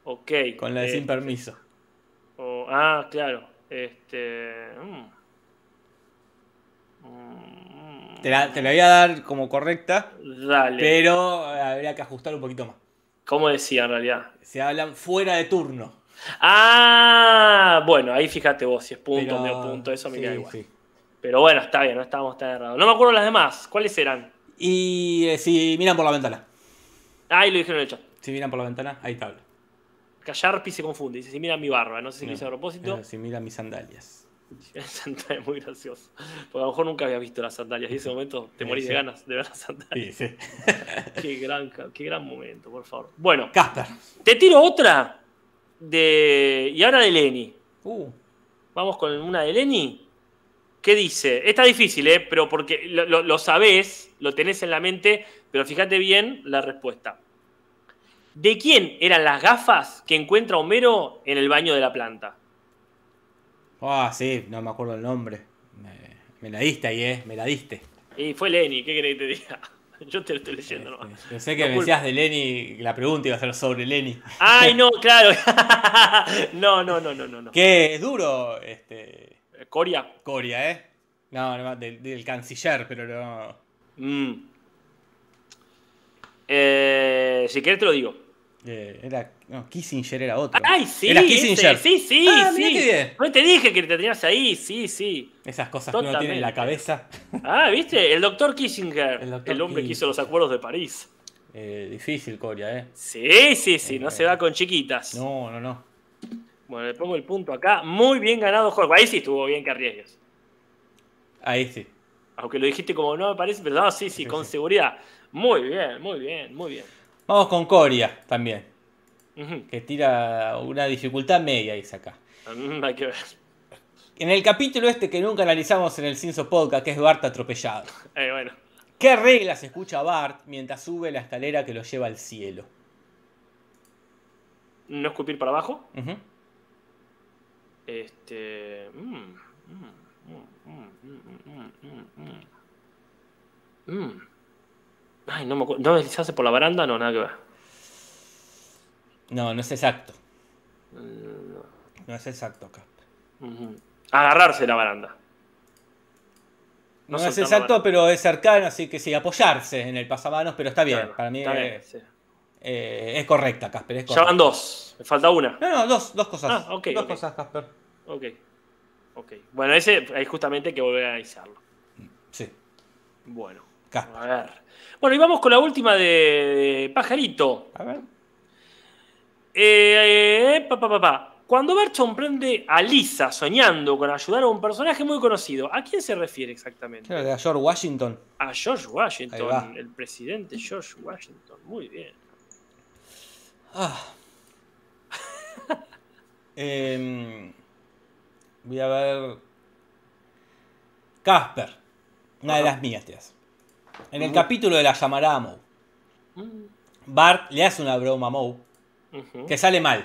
Speaker 3: Ok.
Speaker 2: con la de
Speaker 3: eh,
Speaker 2: sin permiso.
Speaker 3: o- ah, claro. Este. mm. Mm.
Speaker 2: Te la, te la voy a dar como correcta,
Speaker 3: Dale.
Speaker 2: pero eh, habría que ajustar un poquito más.
Speaker 3: ¿Cómo decía en realidad?
Speaker 2: Se hablan fuera de turno.
Speaker 3: Ah, bueno, ahí fíjate vos, si es punto,
Speaker 2: pero-
Speaker 3: medio punto, eso me
Speaker 2: sí,
Speaker 3: queda igual.
Speaker 2: sí.
Speaker 3: Pero bueno, está bien, no estábamos tan errados. No me acuerdo las demás, ¿cuáles eran?
Speaker 2: Y eh, si miran por la ventana.
Speaker 3: Ah, Ahí lo dijeron en el chat.
Speaker 2: Si miran por la ventana, hay tabla.
Speaker 3: Callarpi se confunde, dice, si mira mi barba, no sé si
Speaker 2: No,
Speaker 3: lo hice a propósito.
Speaker 2: eh, si miran mis sandalias.
Speaker 3: Santa es muy gracioso. Porque a lo mejor nunca había visto las sandalias y en ese momento te
Speaker 2: Sí,
Speaker 3: morís de
Speaker 2: sí.
Speaker 3: ganas de ver las sandalias.
Speaker 2: Sí, sí.
Speaker 3: Qué gran, ca- qué gran momento, por favor. Bueno,
Speaker 2: Casper.
Speaker 3: te tiro otra de... Y ahora de Lenny.
Speaker 2: Uh,
Speaker 3: Vamos con una de Lenny. ¿Qué dice? Está difícil, ¿eh? Pero porque lo, lo- lo sabés, lo tenés en la mente, pero fíjate bien la respuesta. ¿De quién eran las gafas que encuentra Homero en el baño de la planta?
Speaker 2: Ah, sí, no me acuerdo el nombre. Me, me la diste ahí, eh. Me la diste.
Speaker 3: Y fue Lenny, ¿qué querés que te diga? Yo te lo estoy leyendo nomás.
Speaker 2: Este, Pensé que
Speaker 3: No
Speaker 2: me
Speaker 3: culpa.
Speaker 2: decías de Lenny, la pregunta iba a ser sobre Lenny.
Speaker 3: Ay, no, claro. No, no, no, no, no. no.
Speaker 2: Que es duro, este.
Speaker 3: ¿Coria?
Speaker 2: Coria, eh. No, no, del, del canciller, pero no.
Speaker 3: Mm. Eh, si querés te lo digo.
Speaker 2: eh, era. No, Kissinger era otro.
Speaker 3: Ay, sí,
Speaker 2: Era
Speaker 3: ese,
Speaker 2: Kissinger.
Speaker 3: sí, sí,
Speaker 2: Ah, mirá
Speaker 3: sí.
Speaker 2: qué bien.
Speaker 3: No te dije que te tenías ahí, sí, sí.
Speaker 2: Esas cosas que uno tiene en la
Speaker 3: Totalmente.
Speaker 2: cabeza.
Speaker 3: Ah, ¿viste? El doctor Kissinger, el,
Speaker 2: El doctor
Speaker 3: hombre que hizo
Speaker 2: Kissinger.
Speaker 3: los acuerdos de París.
Speaker 2: Eh, difícil, Coria, eh.
Speaker 3: Sí, sí, sí, no
Speaker 2: Eh,
Speaker 3: se va con chiquitas.
Speaker 2: No, no, no.
Speaker 3: Bueno, le pongo el punto acá. Muy bien ganado, Jorge. Ahí sí estuvo bien que arriesgues.
Speaker 2: Ahí sí.
Speaker 3: Aunque lo dijiste como no me parece, pero no, sí, sí,
Speaker 2: Sí,
Speaker 3: con
Speaker 2: sí.
Speaker 3: seguridad. Muy bien, muy bien, muy bien.
Speaker 2: Vamos con Coria también.
Speaker 3: Ujú.
Speaker 2: Que tira una dificultad media y saca.
Speaker 3: Mm, Hay que ver.
Speaker 2: En el capítulo este que nunca analizamos en el Cinso Podcast, que es Bart atropellado.
Speaker 3: Eh, bueno.
Speaker 2: ¿Qué reglas escucha Bart mientras sube la escalera que lo lleva al cielo?
Speaker 3: No escupir para abajo.
Speaker 2: Ujú.
Speaker 3: Este. mm, mm, mm, mm, mm, mm, mm, mm. Mm. Ay, no me acuerdo. ¿No deslizarse por la baranda? No, nada que ver.
Speaker 2: No, no es exacto.
Speaker 3: Mm, no.
Speaker 2: No es exacto, Casper.
Speaker 3: Ujú. Agarrarse la baranda.
Speaker 2: No,
Speaker 3: No
Speaker 2: es
Speaker 3: soltar la
Speaker 2: exacto,
Speaker 3: mano.
Speaker 2: pero es cercano, así que sí, apoyarse en el pasamanos, pero está bien.
Speaker 3: Claro,
Speaker 2: para mí
Speaker 3: está bien,
Speaker 2: es,
Speaker 3: sí.
Speaker 2: eh, es correcta, Casper. Es
Speaker 3: Ya
Speaker 2: correcta.
Speaker 3: van dos. Me falta una.
Speaker 2: No, no, dos, dos cosas.
Speaker 3: Ah, ok,
Speaker 2: dos
Speaker 3: ok.
Speaker 2: cosas, Casper.
Speaker 3: Ok. Ok. Bueno, ese hay justamente que volver a analizarlo.
Speaker 2: Sí,
Speaker 3: Bueno.
Speaker 2: Casper.
Speaker 3: A ver. Bueno, y vamos con la última de, de Pajarito.
Speaker 2: A ver.
Speaker 3: Eh, eh, pa, pa, pa, pa. Cuando Berton prende a Lisa soñando con ayudar a un personaje muy conocido, ¿a quién se refiere exactamente?
Speaker 2: Creo que era George Washington.
Speaker 3: A George
Speaker 2: Ahí va.
Speaker 3: Washington, el presidente George Washington. Muy bien.
Speaker 2: Ah. Em, voy a ver. Casper. Una de
Speaker 3: Ajá.
Speaker 2: las mías, tías. En el
Speaker 3: Ujú.
Speaker 2: capítulo de la llamarada a Moe,
Speaker 3: Mm,
Speaker 2: Bart le hace una broma a Moe
Speaker 3: ujú,
Speaker 2: que sale mal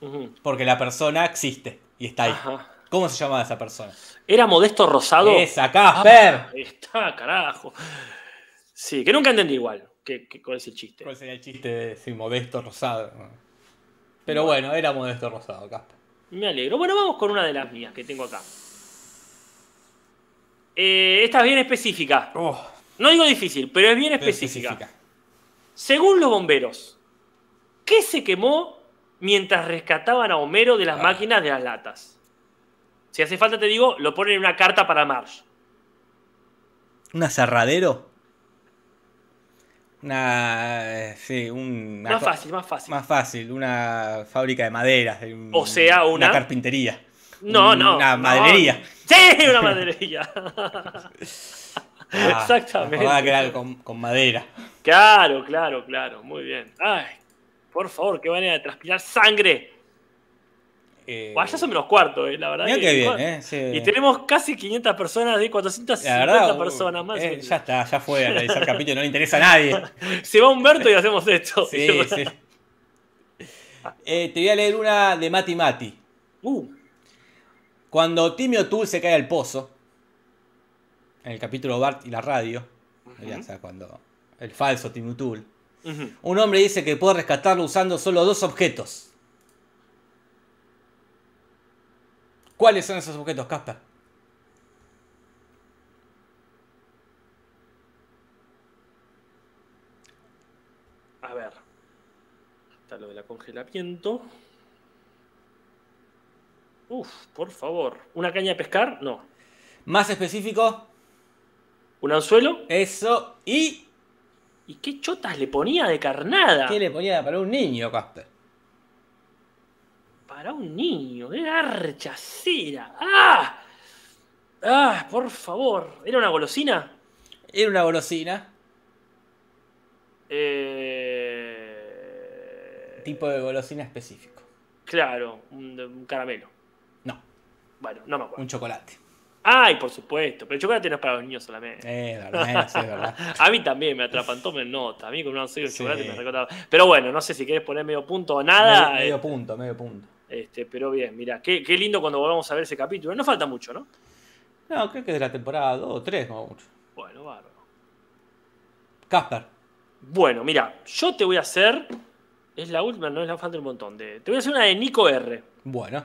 Speaker 3: ujú.
Speaker 2: porque la persona existe y está ahí.
Speaker 3: Ajá.
Speaker 2: ¿Cómo se llama esa persona?
Speaker 3: ¿Era Modesto Rosado? Ah,
Speaker 2: Esa, Casper.
Speaker 3: Ahí está, carajo. Sí, que nunca entendí igual que, que- cuál es el chiste.
Speaker 2: ¿Cuál sería el chiste de si Modesto Rosado? Pero bueno, era Modesto Rosado, Casper.
Speaker 3: Me alegro. Bueno, vamos con una de las mías que tengo acá. Eh, esta es bien específica.
Speaker 2: Oh,
Speaker 3: No digo difícil, pero es bien específica. Según los bomberos, ¿qué se quemó mientras rescataban a Homero de las
Speaker 2: Ah.
Speaker 3: máquinas de las latas? Si hace falta, te digo, lo ponen en una carta para Marsh.
Speaker 2: ¿Un aserradero? Una. eh, Sí, un.
Speaker 3: Más fácil, más fácil.
Speaker 2: Más fácil, una fábrica de maderas. de un-
Speaker 3: O sea, una-
Speaker 2: carpintería.
Speaker 3: no,
Speaker 2: un-
Speaker 3: no.
Speaker 2: Una
Speaker 3: no.
Speaker 2: maderería.
Speaker 3: Sí, una maderería.
Speaker 2: Ah,
Speaker 3: Exactamente.
Speaker 2: me acordaba que era con, con madera.
Speaker 3: claro, claro, claro. Muy bien. Ay, por favor, qué manera de transpirar sangre.
Speaker 2: Eh,
Speaker 3: Bueno, ya son menos cuartos, eh, la verdad.
Speaker 2: mirá
Speaker 3: que-
Speaker 2: que bien,
Speaker 3: bueno.
Speaker 2: ¿eh? Sí.
Speaker 3: Y tenemos casi 500 personas de
Speaker 2: La
Speaker 3: 450
Speaker 2: verdad, uh,
Speaker 3: personas más.
Speaker 2: eh, ya está, ya fue a realizar capítulo, no le interesa a nadie.
Speaker 3: Se va Humberto y hacemos esto.
Speaker 2: Sí, sí. Eh, te voy a leer una de Mati Mati.
Speaker 3: Uh,
Speaker 2: Cuando Timmy O'Toole se cae al pozo, en el capítulo Bart y la radio, ya sabes, cuando el falso Timmy O'Toole,
Speaker 3: ujú.
Speaker 2: un hombre dice que puede rescatarlo usando solo dos objetos. ¿Cuáles son esos objetos, Casper?
Speaker 3: A ver. Está lo del congelamiento. Uf, por favor. ¿Una caña de pescar? No.
Speaker 2: Más específico,
Speaker 3: ¿Un anzuelo?
Speaker 2: eso y...
Speaker 3: ¿Y qué chotas le ponía de carnada?
Speaker 2: ¿Qué le ponía para un niño, Casper?
Speaker 3: Para un niño. Era archacera. ¡Ah! ¡Ah, por favor! ¿Era una golosina?
Speaker 2: Era una golosina,
Speaker 3: Eh...
Speaker 2: tipo de golosina específico.
Speaker 3: Claro, un, un caramelo.
Speaker 2: No,
Speaker 3: Bueno, no me acuerdo.
Speaker 2: un chocolate.
Speaker 3: Ay, por supuesto. Pero el chocolate no es para los niños solamente.
Speaker 2: Es Eh, verdad, es verdad.
Speaker 3: A mí también me atrapan, tomen nota. A mí con un anzuelo de
Speaker 2: Sí.
Speaker 3: chocolate me recortaba. Pero bueno, no sé si querés poner medio punto o nada.
Speaker 2: Medio, medio
Speaker 3: eh,
Speaker 2: punto, medio punto.
Speaker 3: este, pero bien, mira, qué, qué lindo cuando volvamos a ver ese capítulo. No falta mucho, ¿no?
Speaker 2: No, creo que es de la temporada 2 o 3, como mucho.
Speaker 3: Bueno, bárbaro.
Speaker 2: Casper.
Speaker 3: Bueno, mira, yo te voy a hacer. Es la última, no es la falta un montón. De, te voy a hacer una de Nico R.
Speaker 2: Bueno,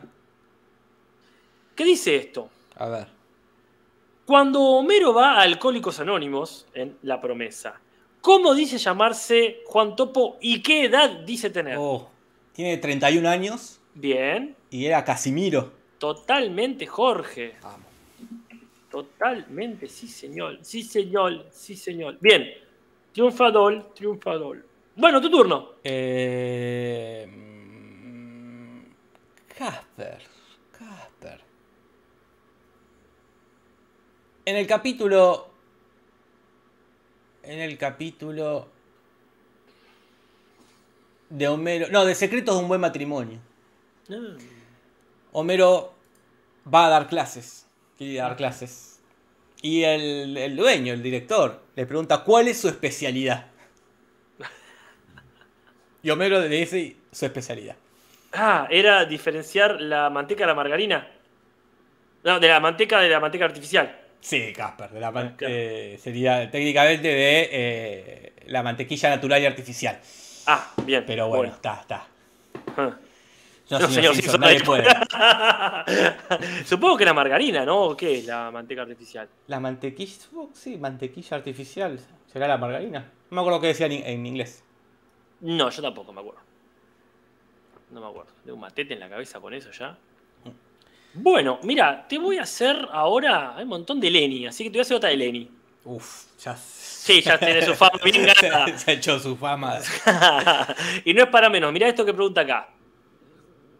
Speaker 3: ¿Qué dice esto?
Speaker 2: a ver.
Speaker 3: Cuando Homero va a Alcohólicos Anónimos en La Promesa, ¿cómo dice llamarse Juan Topo y qué edad dice tener?
Speaker 2: Oh, tiene 31 años
Speaker 3: Bien,
Speaker 2: y era Casimiro.
Speaker 3: totalmente Jorge.
Speaker 2: Vamos.
Speaker 3: Totalmente, sí, señor. Sí, señor. Sí, señor. Bien. Triunfador, triunfador. Bueno, tu turno.
Speaker 2: Eh, mm, Casper. Casper. En el capítulo. En el capítulo. De Homero. No, de Secretos de un Buen Matrimonio. Homero va a dar clases. Quiere ir a dar clases. Y el, el dueño, el director, le pregunta cuál es su especialidad. Y Homero le dice su especialidad.
Speaker 3: Ah, era diferenciar la manteca de la margarina. No, de la manteca de la manteca artificial.
Speaker 2: Sí, Casper, de la man-
Speaker 3: Claro.
Speaker 2: eh, sería técnicamente de eh, la mantequilla natural y artificial.
Speaker 3: Ah, bien.
Speaker 2: Pero bueno, está, está.
Speaker 3: Ajá.
Speaker 2: No,
Speaker 3: No,
Speaker 2: señor,
Speaker 3: señor
Speaker 2: Simpson,
Speaker 3: Simpson,
Speaker 2: nadie
Speaker 3: nadie
Speaker 2: puede.
Speaker 3: Supongo que la margarina, ¿no? ¿O qué es la manteca artificial?
Speaker 2: La mantequilla, supongo que sí, mantequilla artificial. ¿Será la margarina? No me acuerdo qué decía en, en inglés.
Speaker 3: No, yo tampoco me acuerdo. No me acuerdo. De un matete en la cabeza con eso ya. Bueno, mira, te voy a hacer ahora. Hay un montón de Lenny, así que te voy a hacer otra de Lenny.
Speaker 2: Uf, ya.
Speaker 3: Sí, ya tenés su fama bien ganada.
Speaker 2: se, se ha hecho su fama.
Speaker 3: y no es para menos. Mirá esto que pregunta acá.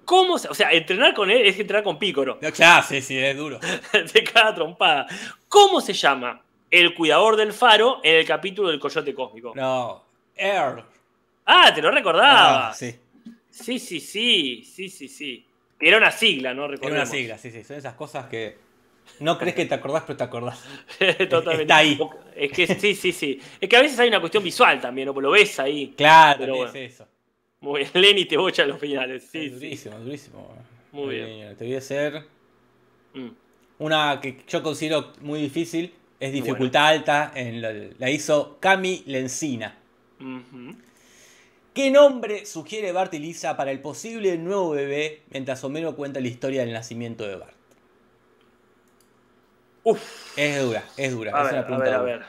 Speaker 3: ¿Cómo se- o sea, entrenar con él es entrenar con Pícoro,
Speaker 2: Ya, sí, sí, es duro.
Speaker 3: de cada trompada. ¿Cómo se llama el cuidador del faro en el capítulo del Coyote Cósmico?
Speaker 2: No. Air.
Speaker 3: Ah, te lo recordaba. sí.
Speaker 2: Ah, sí.
Speaker 3: sí, sí, sí, sí, sí, Que era una sigla, ¿no?
Speaker 2: Era una
Speaker 3: Recordemos.
Speaker 2: sigla, sí, sí. Son esas cosas que no crees que te acordás, pero te acordás.
Speaker 3: Totalmente.
Speaker 2: Está ahí.
Speaker 3: Es que sí, sí, sí. Es que a veces hay una cuestión visual también, ¿no? Pues lo ves ahí.
Speaker 2: Claro,
Speaker 3: Pero
Speaker 2: es
Speaker 3: bueno.
Speaker 2: eso.
Speaker 3: Muy bien. Lenny te bocha los finales.
Speaker 2: Sí,
Speaker 3: Sí, sí.
Speaker 2: durísimo, durísimo. Eh,
Speaker 3: Muy bien.
Speaker 2: Te voy a hacer
Speaker 3: Mm.
Speaker 2: una que yo considero muy difícil. Es dificultad alta. en lo- la hizo Cami Lencina.
Speaker 3: Mm, Ujú.
Speaker 2: ¿Qué nombre sugiere Bart y Lisa para el posible nuevo bebé mientras Homero cuenta la historia del nacimiento de Bart?
Speaker 3: Uf.
Speaker 2: Es dura, es dura. es,
Speaker 3: A ver,
Speaker 2: una
Speaker 3: a
Speaker 2: pregunta
Speaker 3: ver, a
Speaker 2: dura.
Speaker 3: ver.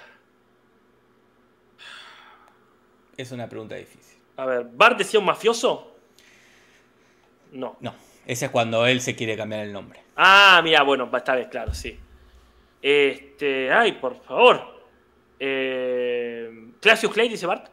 Speaker 2: es una pregunta difícil.
Speaker 3: A ver, ¿Bart decía un mafioso? No.
Speaker 2: No, ese es cuando él se quiere cambiar el nombre.
Speaker 3: Ah, mira, bueno, esta vez, claro, sí. Este, ay, por favor. Eh, Clasius Clay, dice Bart.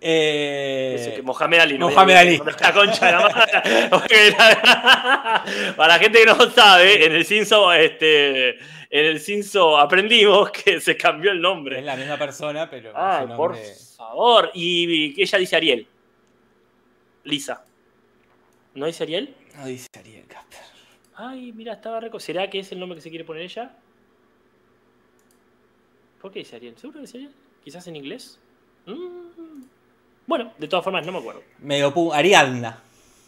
Speaker 2: Eh,
Speaker 3: Eso que Mohamed Ali.
Speaker 2: Mohamed Ali.
Speaker 3: Con esta concha de la madre. Bueno, Para la gente que no sabe, en el Cinso, este, en el Cinso aprendimos que se cambió el
Speaker 2: es
Speaker 3: nombre.
Speaker 2: la misma persona, pero con
Speaker 3: Ay,
Speaker 2: su
Speaker 3: por
Speaker 2: nombre-
Speaker 3: favor. Y y ella dice Ariel. Lisa. ¿No dice Ariel?
Speaker 2: No dice Ariel Casper.
Speaker 3: Ay, mira, estaba reco. ¿Será que es el nombre que se quiere poner ella? ¿Por qué dice Ariel? ¿Seguro que dice Ariel? ¿Quizás en inglés? Mm. Bueno, de todas formas, no me acuerdo.
Speaker 2: Medio pu- Ariadna.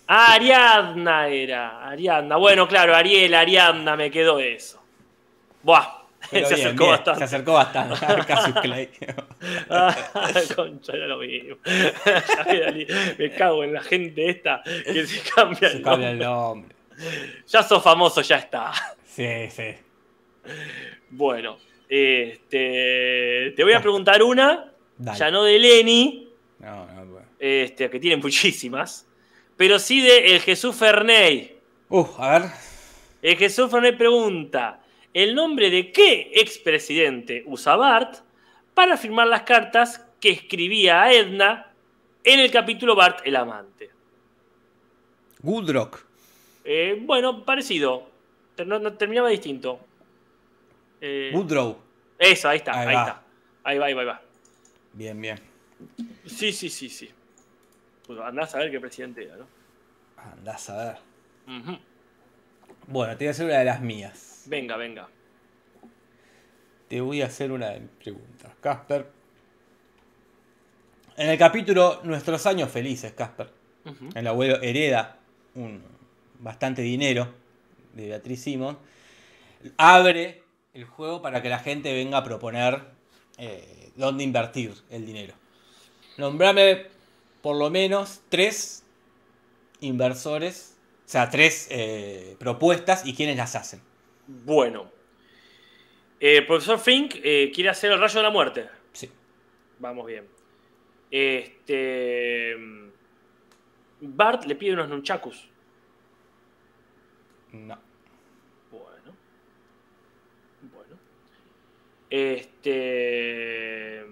Speaker 3: Ah, Ariadna era. Ariadna. Bueno, claro, Ariel, Ariadna, me quedó eso. Buah,
Speaker 2: Pero
Speaker 3: se
Speaker 2: bien,
Speaker 3: acercó
Speaker 2: bien,
Speaker 3: bastante.
Speaker 2: Se acercó bastante. Cassius Clay.
Speaker 3: Ah, concha, era lo mismo. Ya me da li- me cago en la gente esta que se cambia el
Speaker 2: se cambia el
Speaker 3: nombre.
Speaker 2: nombre.
Speaker 3: Ya sos famoso, ya está.
Speaker 2: Sí, sí.
Speaker 3: Bueno, este, te voy a preguntar una,
Speaker 2: Dale.
Speaker 3: ya no de Lenny,
Speaker 2: No, no, bueno.
Speaker 3: este, que tienen muchísimas, pero sí de el Jesús Ferney.
Speaker 2: Uf, a ver.
Speaker 3: El Eh, Jesús Ferney pregunta, ¿el nombre de qué expresidente usa Bart para firmar las cartas que escribía a Edna en el capítulo Bart el amante?
Speaker 2: Goodrock.
Speaker 3: Eh, bueno, parecido, pero no, no terminaba distinto. Eh,
Speaker 2: Woodrow.
Speaker 3: eso, ahí está,
Speaker 2: Ahí
Speaker 3: ahí,
Speaker 2: va.
Speaker 3: está. Ahí va, ahí va, ahí va.
Speaker 2: Bien, bien.
Speaker 3: Sí, sí, sí, sí. Pues andá a saber qué presidente era, ¿no?
Speaker 2: Andás a ver.
Speaker 3: Ujú.
Speaker 2: Bueno, te voy a hacer una de las mías.
Speaker 3: Venga, venga.
Speaker 2: Te voy a hacer una de mis preguntas, Casper. En el capítulo Nuestros años felices, Casper.
Speaker 3: Ujú.
Speaker 2: El abuelo hereda un bastante dinero de Beatriz Simon. Abre el juego para que la gente venga a proponer eh, dónde invertir el dinero. Nombrame por lo menos tres inversores, o sea, tres eh, propuestas y quiénes las hacen.
Speaker 3: Bueno. Eh, profesor Fink eh, quiere hacer el rayo de la muerte.
Speaker 2: Sí.
Speaker 3: Vamos bien. Este. Bart le pide unos nunchakus.
Speaker 2: No.
Speaker 3: Bueno. Bueno. Este.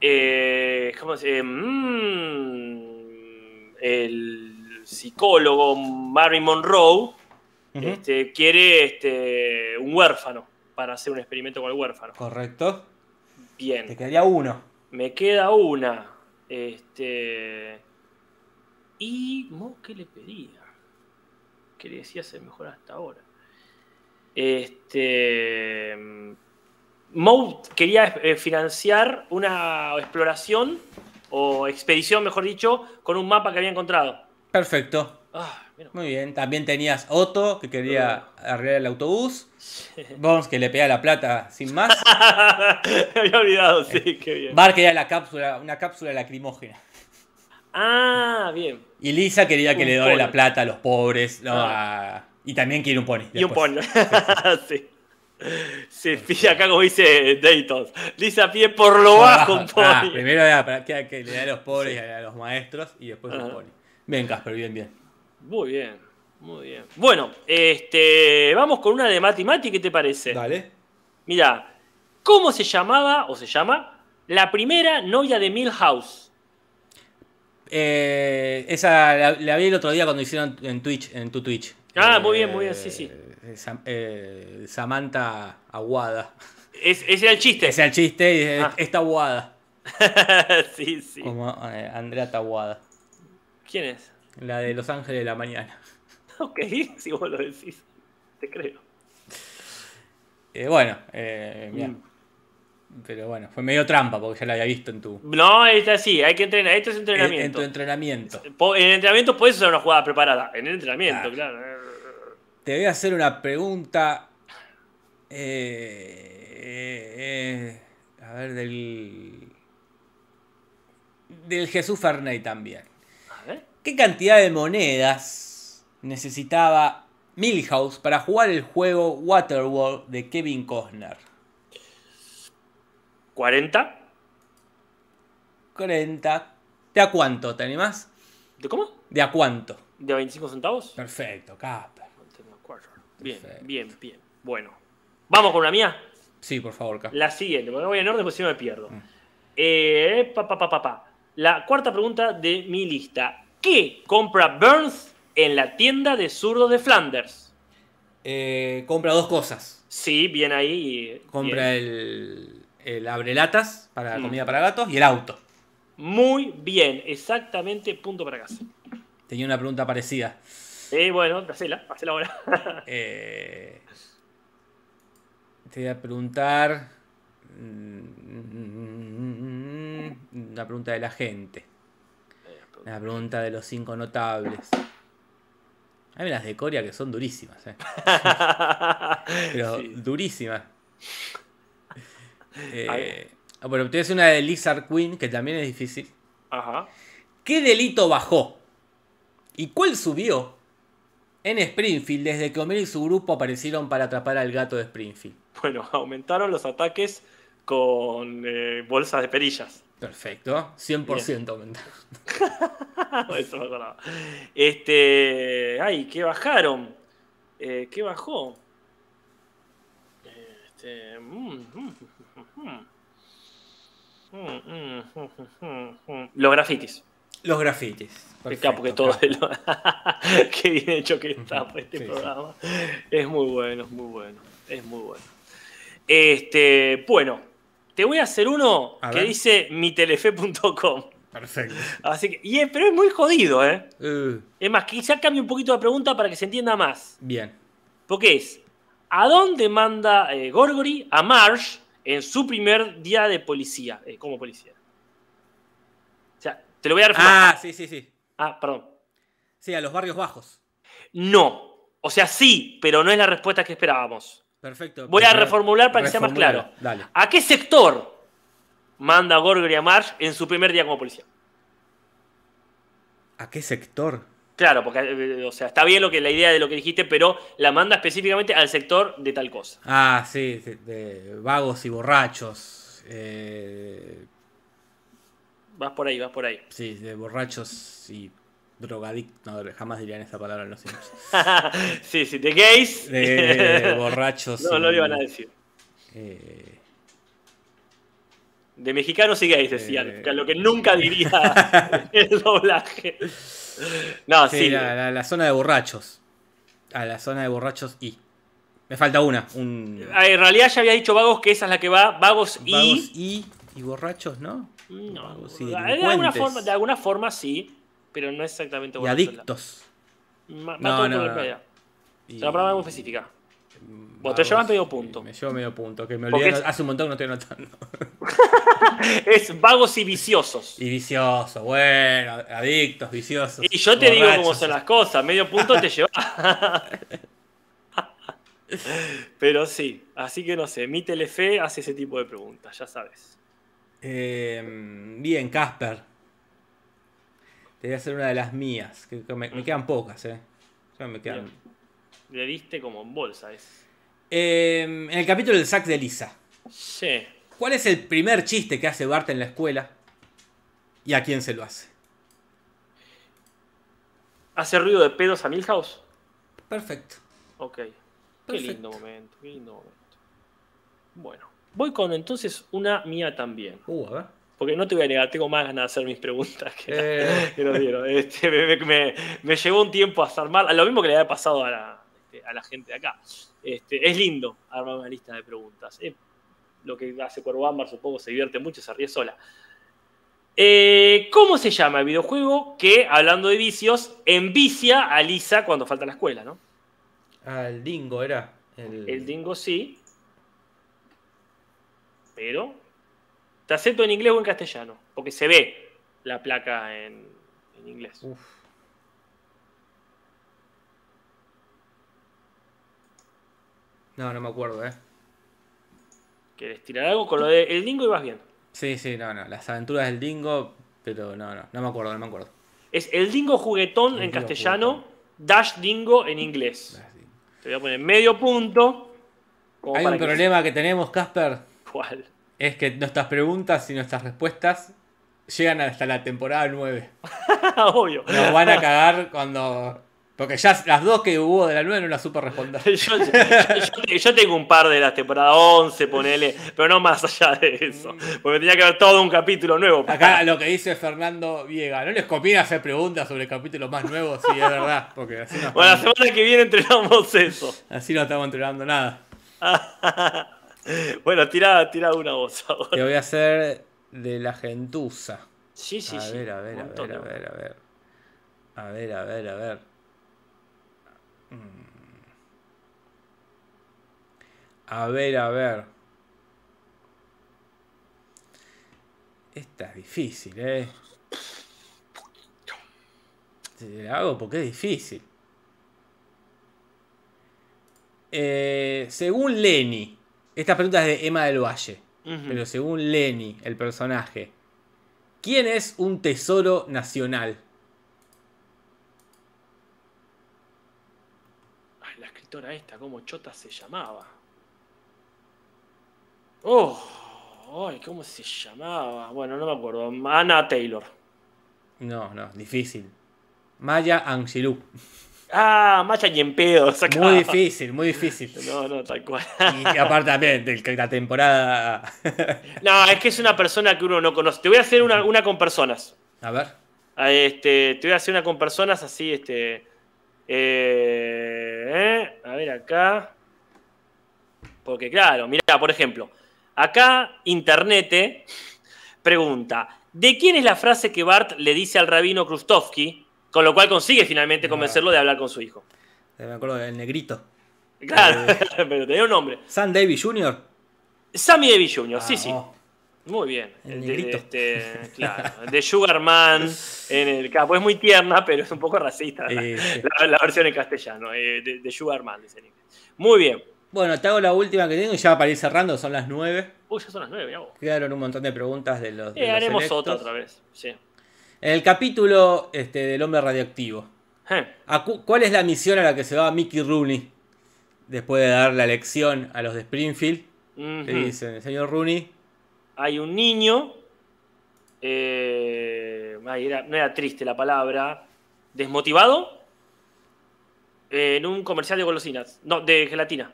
Speaker 3: Eh, ¿Cómo se mm, El psicólogo Mary Monroe
Speaker 2: Ujú.
Speaker 3: este, quiere este, un huérfano para hacer un experimento con el huérfano.
Speaker 2: Correcto. Te
Speaker 3: Bien.
Speaker 2: quedaría uno.
Speaker 3: Me queda una. Este. Y. Mo, ¿Qué le pedía? ¿Qué le decía ser mejor hasta ahora? Este. Mo quería eh, financiar una exploración o expedición, mejor dicho, con un mapa que había encontrado.
Speaker 2: Perfecto.
Speaker 3: Ah, menos mal.
Speaker 2: Muy bien. También tenías Otto, que quería
Speaker 3: Uh.
Speaker 2: arreglar el autobús. Bones, que le pega la plata sin más.
Speaker 3: Me había olvidado, sí, qué bien.
Speaker 2: Bar quería la cápsula, una cápsula lacrimógena.
Speaker 3: Ah, bien.
Speaker 2: Y Lisa quería que
Speaker 3: Un
Speaker 2: le doble
Speaker 3: pony. Ah.
Speaker 2: la plata a los pobres. no, a- Y también quiere un pony.
Speaker 3: Y un
Speaker 2: después.
Speaker 3: porno. sí. Sí, pide acá como dice Dayton. Lisa pide por lo bajo un pony.
Speaker 2: Ah, primero era para que, que le da a los pobres y a los maestros y después un
Speaker 3: Ajá.
Speaker 2: pony. Bien, Casper, bien, bien.
Speaker 3: Muy bien, muy bien. Bueno, este, vamos con una de Mati Mati, ¿qué te parece?
Speaker 2: Dale.
Speaker 3: Mira, ¿cómo se llamaba o se llama la primera novia de Milhouse?
Speaker 2: Eh, esa la, la vi el otro día cuando hicieron en Twitch, en tu Twitch.
Speaker 3: Ah,
Speaker 2: Eh,
Speaker 3: muy bien, muy bien, sí, sí.
Speaker 2: eh, Sam- eh, Samantha Aguada.
Speaker 3: Es, ese era el chiste.
Speaker 2: Ese es el chiste y es-
Speaker 3: Ah.
Speaker 2: esta Aguada.
Speaker 3: sí, sí.
Speaker 2: Como eh, Andrea Taguada.
Speaker 3: ¿Quién es?
Speaker 2: La de Los Ángeles de la Mañana.
Speaker 3: Ok, si vos lo decís, te creo.
Speaker 2: Eh, bueno, eh,
Speaker 3: Mm.
Speaker 2: bien. Pero bueno, fue medio trampa porque ya la había visto en tu,
Speaker 3: No, está así, hay que entrenar. Esto es
Speaker 2: en, en
Speaker 3: entrenamiento.
Speaker 2: tu entrenamiento.
Speaker 3: Po- En el entrenamiento puedes usar una jugada preparada. En el entrenamiento,
Speaker 2: Claro.
Speaker 3: claro.
Speaker 2: Te voy a hacer una pregunta. eh, eh, a ver, del. Del Jesús Ferney también.
Speaker 3: A ver.
Speaker 2: ¿Qué cantidad de monedas necesitaba Milhouse para jugar el juego Waterworld de Kevin Costner?
Speaker 3: 40.
Speaker 2: 40. ¿De a cuánto? ¿Te animás?
Speaker 3: ¿De cómo?
Speaker 2: ¿De a cuánto?
Speaker 3: ¿De 25 centavos?
Speaker 2: Perfecto, Casper.
Speaker 3: Tengo cuatro. Bien,
Speaker 2: Perfecto.
Speaker 3: bien, bien. Bueno. Vamos con la mía.
Speaker 2: Sí, por favor, Casper.
Speaker 3: La siguiente, porque voy en orden, porque si no me pierdo.
Speaker 2: Mm.
Speaker 3: Eh, pa, pa, pa, pa, pa. La cuarta pregunta de mi lista. ¿Qué compra Burns en la tienda de zurdos de Flanders?
Speaker 2: Eh, compra dos cosas.
Speaker 3: Sí, bien ahí. eh,
Speaker 2: Compra
Speaker 3: bien.
Speaker 2: el, el abrelatas para la
Speaker 3: Mm.
Speaker 2: comida para gatos y el auto.
Speaker 3: Muy bien, exactamente, punto para casa.
Speaker 2: Tenía una pregunta parecida.
Speaker 3: Eh, bueno, hacela, hacela ahora.
Speaker 2: Eh, te voy a preguntar. mm, Una pregunta de la gente.
Speaker 3: Eh,
Speaker 2: Una pregunta de los cinco notables. Hay unas de Corea que son durísimas, eh. Pero
Speaker 3: Sí.
Speaker 2: durísimas. Eh, bueno, te voy a hacer una de Lizard Queen, que también es difícil.
Speaker 3: Ajá.
Speaker 2: ¿Qué delito bajó? ¿Y cuál subió? En Springfield, desde que Homero y su grupo aparecieron para atrapar al gato de Springfield.
Speaker 3: Bueno, aumentaron los ataques con eh, bolsas de perillas.
Speaker 2: Perfecto, 100% aumentaron.
Speaker 3: Eso me acordaba. Este. Ay, ¿qué bajaron? Eh, ¿Qué bajó? Este. mm, mm, mm, mm, mm, mm, mm, mm. Los grafitis.
Speaker 2: Los grafitis.
Speaker 3: El
Speaker 2: Perfecto,
Speaker 3: capo que todo. lo- Qué bien hecho que está
Speaker 2: Ujú,
Speaker 3: pues, este
Speaker 2: sí, sí.
Speaker 3: programa. Es muy bueno, es muy bueno. Es muy bueno. Este. Bueno, te voy a hacer uno
Speaker 2: A
Speaker 3: que
Speaker 2: ver.
Speaker 3: dice mitelefe.com.
Speaker 2: Perfecto.
Speaker 3: Así que. Y es- pero es muy jodido, ¿eh?
Speaker 2: Eh,
Speaker 3: Es más, quizá cambie un poquito la pregunta para que se entienda más.
Speaker 2: bien.
Speaker 3: Porque es, ¿a dónde manda eh, Gorgory a Marsh en su primer día de policía, eh, como policía? O sea, te lo voy a reformar.
Speaker 2: Ah, sí, sí, sí.
Speaker 3: Ah, perdón.
Speaker 2: Sí, a los barrios bajos.
Speaker 3: No. O sea, sí, pero no es la respuesta que esperábamos.
Speaker 2: Perfecto.
Speaker 3: Voy a reformular para que sea más
Speaker 2: Reformula,
Speaker 3: claro.
Speaker 2: Dale.
Speaker 3: ¿A qué sector manda Gorgory a Marsh en su primer día como policía?
Speaker 2: ¿A qué sector?
Speaker 3: Claro, porque eh, o sea, está bien lo que la idea de lo que dijiste, pero la manda específicamente al sector de tal cosa.
Speaker 2: Ah, sí, de, de vagos y borrachos. Eh,
Speaker 3: Vas por ahí, vas por ahí.
Speaker 2: sí, de borrachos y drogadictos. No, jamás dirían esa palabra en los Simpsons.
Speaker 3: sí, sí, de gays.
Speaker 2: De borrachos.
Speaker 3: no, no
Speaker 2: y,
Speaker 3: lo iban a decir.
Speaker 2: eh,
Speaker 3: De mexicanos y gays, decían.
Speaker 2: Eh.
Speaker 3: que Lo que nunca diría el doblaje. No,
Speaker 2: sí,
Speaker 3: sí.
Speaker 2: la, la- la zona de borrachos. A la zona de borrachos y. Me falta una. Un,
Speaker 3: Ah, En realidad ya había dicho vagos que esa es la que va. Vagos y.
Speaker 2: vagos y. y borrachos, ¿no?
Speaker 3: Mm, No,
Speaker 2: Vagos y
Speaker 3: de, alguna
Speaker 2: delincuentes.
Speaker 3: forma, de alguna forma sí, pero no exactamente
Speaker 2: Y
Speaker 3: borracho.
Speaker 2: adictos.
Speaker 3: Ma-
Speaker 2: No,
Speaker 3: va todo
Speaker 2: no,
Speaker 3: por
Speaker 2: no.
Speaker 3: realidad.
Speaker 2: Y-
Speaker 3: Es una palabra muy específica. Vos te
Speaker 2: Vagos.
Speaker 3: llevas medio punto.
Speaker 2: Me llevo medio punto, que me
Speaker 3: Porque
Speaker 2: olvidé.
Speaker 3: es-
Speaker 2: Hace un montón que no estoy anotando.
Speaker 3: Es vagos y viciosos.
Speaker 2: Y vicioso, bueno, adictos, viciosos.
Speaker 3: Y yo te digo cómo
Speaker 2: borrachos.
Speaker 3: son las cosas, medio punto te llevas. Pero sí, así que no sé, mi telefe hace ese tipo de preguntas, ya sabes.
Speaker 2: Eh, bien, Casper. Te voy a hacer una de las mías, que que me, me quedan pocas, ¿eh? Ya me quedan.
Speaker 3: Bien. Le diste como en bolsa, es.
Speaker 2: Eh, en el capítulo del sac de Lisa,
Speaker 3: Che,
Speaker 2: ¿cuál es el primer chiste que hace Bart en la escuela? ¿Y a quién se lo hace?
Speaker 3: ¿hace ruido de pedos a Milhouse?
Speaker 2: Perfecto.
Speaker 3: Ok. Qué
Speaker 2: Perfecto.
Speaker 3: lindo momento, qué lindo momento. Bueno, voy con entonces una mía también.
Speaker 2: Uh, a ver.
Speaker 3: Porque no te voy a negar, tengo más ganas de hacer mis preguntas que, la-
Speaker 2: Eh,
Speaker 3: que nos dieron. Este, me, me- me- me llevó un tiempo a armar, a lo mismo que le había pasado a la, este, a la gente de acá. Este, es lindo armar una lista de preguntas. Eh, lo que hace Cuervo Ámbar, supongo, se divierte mucho, se ríe sola. Eh, ¿Cómo se llama el videojuego que, hablando de vicios, envicia a Lisa cuando falta a la escuela, no?
Speaker 2: ah, el dingo era. El,
Speaker 3: El dingo sí. Pero. Te acepto en inglés o en castellano. Porque se ve la placa en, en inglés.
Speaker 2: Uf. No, no me acuerdo, ¿eh?
Speaker 3: ¿Quieres tirar algo con lo de el dingo y vas bien?
Speaker 2: Sí, sí, no, no. Las aventuras del dingo, pero no, no. No me acuerdo, no me acuerdo.
Speaker 3: Es el dingo juguetón
Speaker 2: El
Speaker 3: en
Speaker 2: dingo
Speaker 3: castellano,
Speaker 2: juguetón.
Speaker 3: dash dingo en inglés. Te voy a poner medio punto. como
Speaker 2: Hay
Speaker 3: para
Speaker 2: un
Speaker 3: que-
Speaker 2: problema que tenemos, Casper,
Speaker 3: ¿Cuál?
Speaker 2: es que nuestras preguntas y nuestras respuestas llegan hasta la temporada 9.
Speaker 3: Obvio.
Speaker 2: Nos van a cagar cuando... Porque ya las dos que hubo de la 9 no las supe responder.
Speaker 3: Yo, yo- yo- yo tengo un par de la temporada 11, ponele, pero no más allá de eso. Porque tenía que haber todo un capítulo nuevo.
Speaker 2: Acá lo que dice Fernando Viega, no les conviene hacer preguntas sobre capítulos más nuevos, sí, es verdad, porque así no
Speaker 3: Bueno, la
Speaker 2: estamos,
Speaker 3: semana que viene entrenamos eso.
Speaker 2: así no estamos entregando nada.
Speaker 3: bueno, tirá, tirá una voz ahora.
Speaker 2: Te voy a hacer de la gentuza.
Speaker 3: Sí, sí,
Speaker 2: a,
Speaker 3: sí.
Speaker 2: ver, a ver,
Speaker 3: un
Speaker 2: a
Speaker 3: montón
Speaker 2: ver, a
Speaker 3: de-
Speaker 2: ver, a ver. A ver, a ver, a ver. Mm. A ver, a ver. Esta es difícil, ¿eh? Te la hago porque es difícil. Eh, según Lenny, esta pregunta es de Emma del Valle.
Speaker 3: Ujú.
Speaker 2: Pero según Lenny, el personaje, ¿quién es un tesoro nacional?
Speaker 3: Ay, la escritora esta, ¿cómo Chota se llamaba? Oh, ay, ¿cómo se llamaba? Bueno, no me acuerdo. Ana Taylor.
Speaker 2: No, no, difícil. Maya Angelou.
Speaker 3: Ah, Macha y en pedo. sacaba.
Speaker 2: Muy difícil, muy difícil.
Speaker 3: No, no, tal cual.
Speaker 2: Y aparte también, de la temporada...
Speaker 3: No, es que es una persona que uno no conoce. Te voy a hacer una, una con personas.
Speaker 2: A ver.
Speaker 3: Ah, Este, te voy a hacer una con personas así, este. eh, eh, a ver acá. Porque, claro, mirá, por ejemplo, acá Internet pregunta: ¿de quién es la frase que Bart le dice al rabino Krustovsky? Con lo cual consigue finalmente
Speaker 2: Ah.
Speaker 3: convencerlo de hablar con su hijo.
Speaker 2: eh, Me acuerdo del negrito.
Speaker 3: Claro,
Speaker 2: Eh.
Speaker 3: pero tenía un nombre.
Speaker 2: San Davis Jr.
Speaker 3: Sammy Davis Jr., sí,
Speaker 2: Ah,
Speaker 3: sí.
Speaker 2: oh.
Speaker 3: Muy bien.
Speaker 2: El
Speaker 3: El de-
Speaker 2: negrito.
Speaker 3: este, claro, de Sugarman en el capo. Es muy tierna, pero es un poco racista. la-
Speaker 2: Eh, sí.
Speaker 3: La, la versión en castellano, eh, de, de Sugarman, dice en inglés. Muy bien.
Speaker 2: Bueno, te hago la última que tengo y ya para ir cerrando, son las nueve.
Speaker 3: Uy, ya son las nueve, mirá vos.
Speaker 2: Quedaron un montón de preguntas de los... de
Speaker 3: Eh,
Speaker 2: los
Speaker 3: haremos otra
Speaker 2: electos.
Speaker 3: otra vez. Sí.
Speaker 2: En el capítulo este, del hombre radioactivo.
Speaker 3: Eh,
Speaker 2: ¿A Ah, cu- ¿Cuál es la misión a la que se va Mickey Rooney? Después de dar la lección a los de Springfield,
Speaker 3: ujú.
Speaker 2: le dicen, señor Rooney,
Speaker 3: Hay un niño. eh, ay, era- no era triste la palabra. Desmotivado. eh, en un comercial de golosinas. No, de gelatina.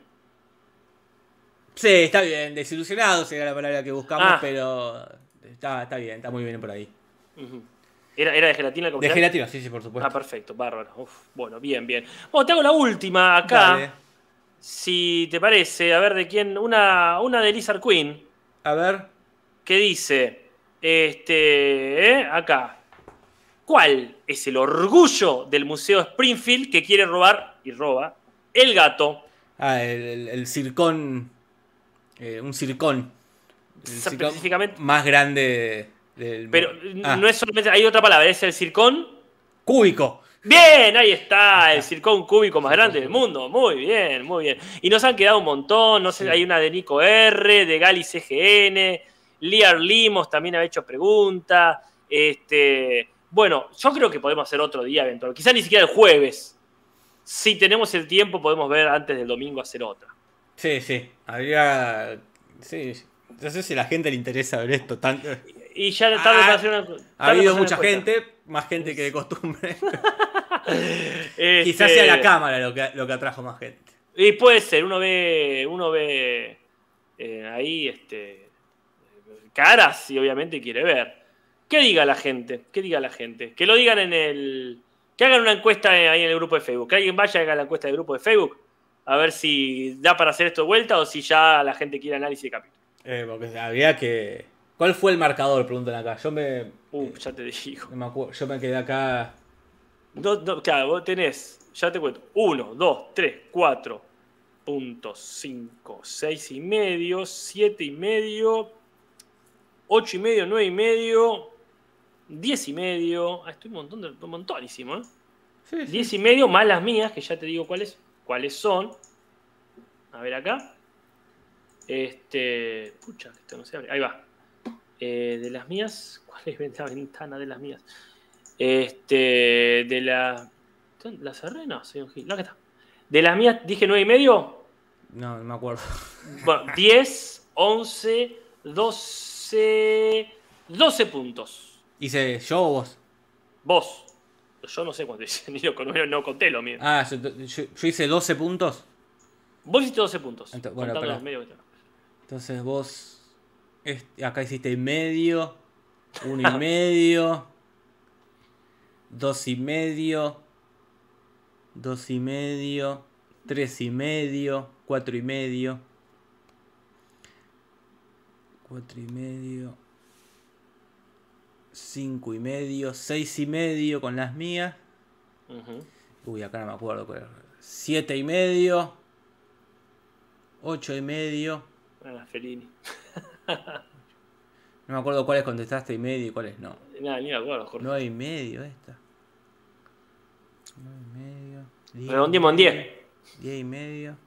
Speaker 2: sí, está bien, desilusionado sería la palabra que buscamos,
Speaker 3: Ah.
Speaker 2: pero está, está bien, está muy bien por ahí.
Speaker 3: Ujú. ¿Era, ¿Era de gelatina el
Speaker 2: De
Speaker 3: comercial?
Speaker 2: gelatina, pues. sí, sí, por supuesto.
Speaker 3: Ah, perfecto, bárbaro. Uf, bueno, bien, bien. Bueno, te hago la última acá.
Speaker 2: Dale.
Speaker 3: Si te parece, a ver de quién. Una, una de Lizard Queen.
Speaker 2: A ver,
Speaker 3: que dice, este, ¿eh? acá, ¿cuál es el orgullo del Museo Springfield que quiere robar y roba el gato
Speaker 2: Ah, el, el- el circón. eh, un circón. El circón
Speaker 3: Específicamente.
Speaker 2: más grande del
Speaker 3: Pero
Speaker 2: Ah,
Speaker 3: no es solamente. Hay otra palabra, es el circón.
Speaker 2: Cúbico.
Speaker 3: Bien, ahí está, el circón cúbico más grande del mundo. Muy bien, muy bien. Y nos han quedado un montón, no sé,
Speaker 2: Sí.
Speaker 3: hay una de Nico R, de Gali CGN, Liar Limos también ha hecho preguntas. Este, bueno, yo creo que podemos hacer otro día eventual, quizá ni siquiera el jueves. Si tenemos el tiempo, podemos ver antes del domingo hacer otra.
Speaker 2: Sí, sí. Habría. Sí. No sé si a la gente le interesa ver esto. tan-
Speaker 3: Y ya tarde
Speaker 2: Ah,
Speaker 3: para hacer una. tarde
Speaker 2: Ha
Speaker 3: para hacer
Speaker 2: habido
Speaker 3: una
Speaker 2: mucha
Speaker 3: encuesta.
Speaker 2: gente, más gente que de costumbre.
Speaker 3: Este,
Speaker 2: Quizás sea la cámara lo que, lo que atrajo más gente.
Speaker 3: Y puede ser, uno ve, uno ve eh, ahí este, caras y obviamente quiere ver. ¿Qué diga la gente? ¿Qué diga la gente? Que lo digan en el. Que hagan una encuesta ahí en el grupo de Facebook. Que alguien vaya y haga la encuesta del grupo de Facebook. A ver si da para hacer esto de vuelta o si ya la gente quiere análisis de capítulo.
Speaker 2: Eh, porque había que. ¿Cuál fue el marcador? Preguntan acá. Yo me.
Speaker 3: Uh, ya te digo.
Speaker 2: no me acuerdo, Yo me quedé acá.
Speaker 3: No, no, claro, vos tenés, ya te cuento, 1, 2, 3, 4, puntos, 5, 6 y medio, 7 y medio, 8 y medio, 9 y medio, 10 y medio. Ah, estoy un montón de, un montón hicimos, ¿eh? 10 y medio más las mías, que ya te digo cuáles, cuáles son. A ver acá. Este. Pucha, que esto no se abre. Ahí va. Eh, de las mías. ¿Cuál es la ventana de las mías? Este. De la. ¿La cerré? No, soy un gil. No, acá está. De las mías dije 9 y medio.
Speaker 2: No, no me acuerdo.
Speaker 3: Bueno, 10, 11, 12. 12 puntos.
Speaker 2: Hice yo o vos.
Speaker 3: Vos. Yo no sé cuánto hice, ni lo con- no conté lo mío.
Speaker 2: Ah, yo, yo- yo hice 12 puntos.
Speaker 3: Vos hiciste 12 puntos.
Speaker 2: Ento- bueno,
Speaker 3: contando
Speaker 2: pará.
Speaker 3: los medio que tengo.
Speaker 2: Entonces vos. este, acá hiciste y medio. Uno y medio. Dos y medio. Dos y medio. Tres y medio. Cuatro y medio. Cuatro y medio. Cinco y medio. Seis y medio con las mías.
Speaker 3: Ujú.
Speaker 2: Uy, acá no me acuerdo cuál era. Siete y medio. Ocho y medio.
Speaker 3: Ah, Felini.
Speaker 2: No me acuerdo cuáles contestaste y medio y cuáles no.
Speaker 3: Nada, ni me acuerdo, Jorge.
Speaker 2: Nueve y medio esta. Nueve y medio. Diez,
Speaker 3: Redondeemos en 10.
Speaker 2: Diez y medio.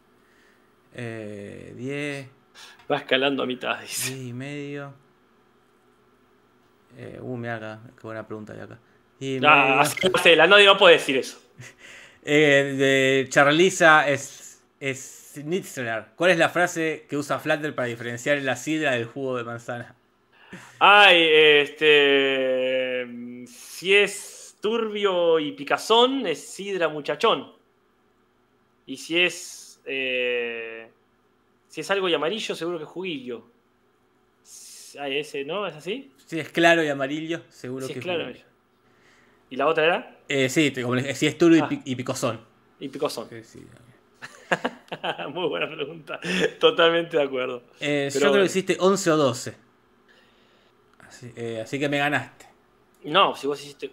Speaker 2: Eh, diez.
Speaker 3: Va escalando a mitad, dice.
Speaker 2: Diez y medio. Eh, uh, mirá acá. Qué buena pregunta hay acá. Diez y
Speaker 3: Ah,
Speaker 2: medio.
Speaker 3: hacela, no, no puede decir eso.
Speaker 2: Eh, de Charliza es, es Schnitzler. ¿Cuál es la frase que usa Flatter para diferenciar la sidra del jugo de manzana?
Speaker 3: Ay, este. mm, Si es turbio y picazón, es sidra muchachón. Y si es. eh, si es algo y amarillo, seguro que es juguillo. S- Ay, ese, ¿no? ¿Es así?
Speaker 2: Si es claro y amarillo, seguro
Speaker 3: Sí,
Speaker 2: que
Speaker 3: es claro.
Speaker 2: jugo.
Speaker 3: ¿Y la otra era?
Speaker 2: Eh, sí, te- como le- si es turo y,
Speaker 3: Ah.
Speaker 2: pi- y picosón.
Speaker 3: Y picazón.
Speaker 2: Eh, sí, ok.
Speaker 3: Muy buena pregunta. Totalmente de acuerdo.
Speaker 2: Eh, yo
Speaker 3: Pero
Speaker 2: creo
Speaker 3: bueno.
Speaker 2: que hiciste 11 o 12. Así, eh, así que me ganaste.
Speaker 3: No, si vos hiciste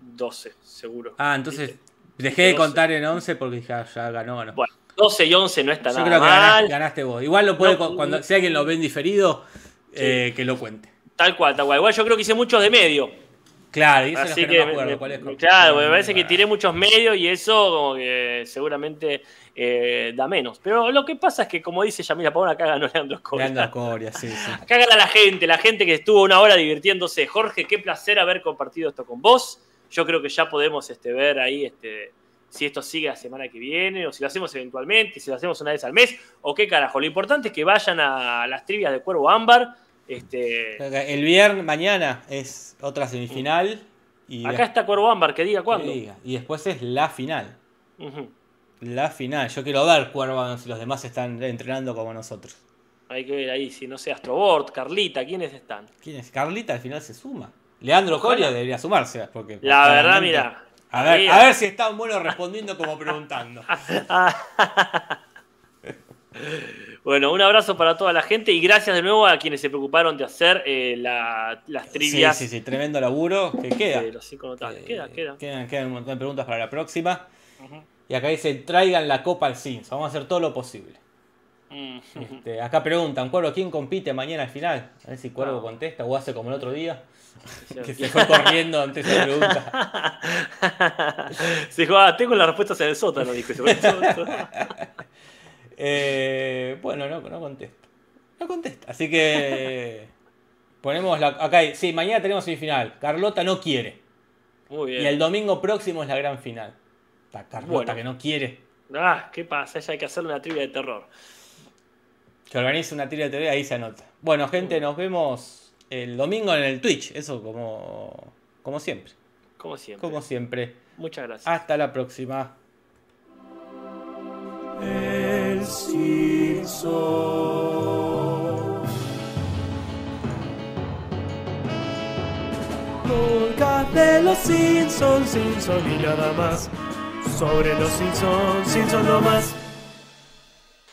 Speaker 3: 12, seguro.
Speaker 2: Ah, entonces
Speaker 3: Hiciste
Speaker 2: dejé de
Speaker 3: 12.
Speaker 2: contar en 11 porque dije, ah, ya ganó, ganó.
Speaker 3: Bueno, 12 y 11 no está
Speaker 2: yo
Speaker 3: nada
Speaker 2: creo que
Speaker 3: mal.
Speaker 2: ganaste, ganaste vos. Igual lo puede,
Speaker 3: No,
Speaker 2: cu- cuando
Speaker 3: mm.
Speaker 2: sea quien lo ven diferido, eh, que lo cuente.
Speaker 3: Tal cual, tal cual. Igual yo creo que hice muchos de medio.
Speaker 2: Claro, y eso
Speaker 3: Así
Speaker 2: es lo que
Speaker 3: que,
Speaker 2: no me acuerdo
Speaker 3: me-
Speaker 2: cuál es.
Speaker 3: me- claro, me parece que
Speaker 2: Bueno,
Speaker 3: tiré muchos medios y eso como que seguramente eh, da menos. Pero lo que pasa es que, como dice Yamila Pavón, acá ganó Leandro Escobar.
Speaker 2: Leandro Coria, sí, sí.
Speaker 3: Acá gana la gente, la gente que estuvo una hora divirtiéndose. Jorge, qué placer haber compartido esto con vos. Yo creo que ya podemos este, ver ahí este, si esto sigue la semana que viene, o si lo hacemos eventualmente, si lo hacemos una vez al mes, o qué carajo. Lo importante es que vayan a las trivias de Cuervo Ámbar. Este,
Speaker 2: El viernes, mañana es otra semifinal. Y
Speaker 3: acá está Cuervo Ámbar, que diga cuándo.
Speaker 2: diga, Y después es la final.
Speaker 3: Ujú.
Speaker 2: La final. Yo quiero ver Cuervo si los demás están entrenando como nosotros.
Speaker 3: Hay que ver ahí, si no sé, Astrobot, Carlita, ¿quiénes están?
Speaker 2: ¿Quién es? Carlita al final se suma. Leandro
Speaker 3: Ojalá.
Speaker 2: Coria debería sumarse. Porque,
Speaker 3: La verdad,
Speaker 2: claramente-
Speaker 3: mira.
Speaker 2: A ver,
Speaker 3: mira.
Speaker 2: a ver si es tan bueno respondiendo como preguntando.
Speaker 3: Bueno, un abrazo para toda la gente y gracias de nuevo a quienes se preocuparon de hacer eh, la- las
Speaker 2: Sí,
Speaker 3: trivias
Speaker 2: sí, sí, tremendo laburo. Que queda.
Speaker 3: de los cinco notables.
Speaker 2: Eh,
Speaker 3: queda, queda.
Speaker 2: Quedan, quedan un montón de preguntas para la próxima.
Speaker 3: Ujú.
Speaker 2: Y acá dicen, traigan la copa al Sins. Vamos a hacer todo lo posible.
Speaker 3: Mm.
Speaker 2: Este, acá preguntan, Cuervo, ¿quién compite mañana al final? A ver si Cuervo
Speaker 3: No.
Speaker 2: contesta o hace como el otro día, que se fue corriendo ante esa pregunta.
Speaker 3: Se dijo, ah, tengo las respuestas en el sótano, dijo ese boludo.
Speaker 2: Eh, bueno, no, no contesta. No contesta. Así que ponemos la... Acá, hay- sí, mañana tenemos semifinal. Carlota no quiere.
Speaker 3: Muy
Speaker 2: Y el
Speaker 3: bien.
Speaker 2: domingo próximo es la gran final. Está Carlota
Speaker 3: Bueno.
Speaker 2: que no quiere.
Speaker 3: Ah, ¿qué pasa? Ya hay que hacer una trivia de terror.
Speaker 2: Que organice una tira de teoría, ahí se anota. Bueno, gente, nos vemos el domingo en el Twitch. Eso como, como siempre.
Speaker 3: Como siempre.
Speaker 2: Como siempre.
Speaker 3: Muchas gracias.
Speaker 2: Hasta la próxima.
Speaker 1: El Simpson. Podcast de los Simpsons, Simpson y nada más. Sobre los Simpsons, Simpson no más.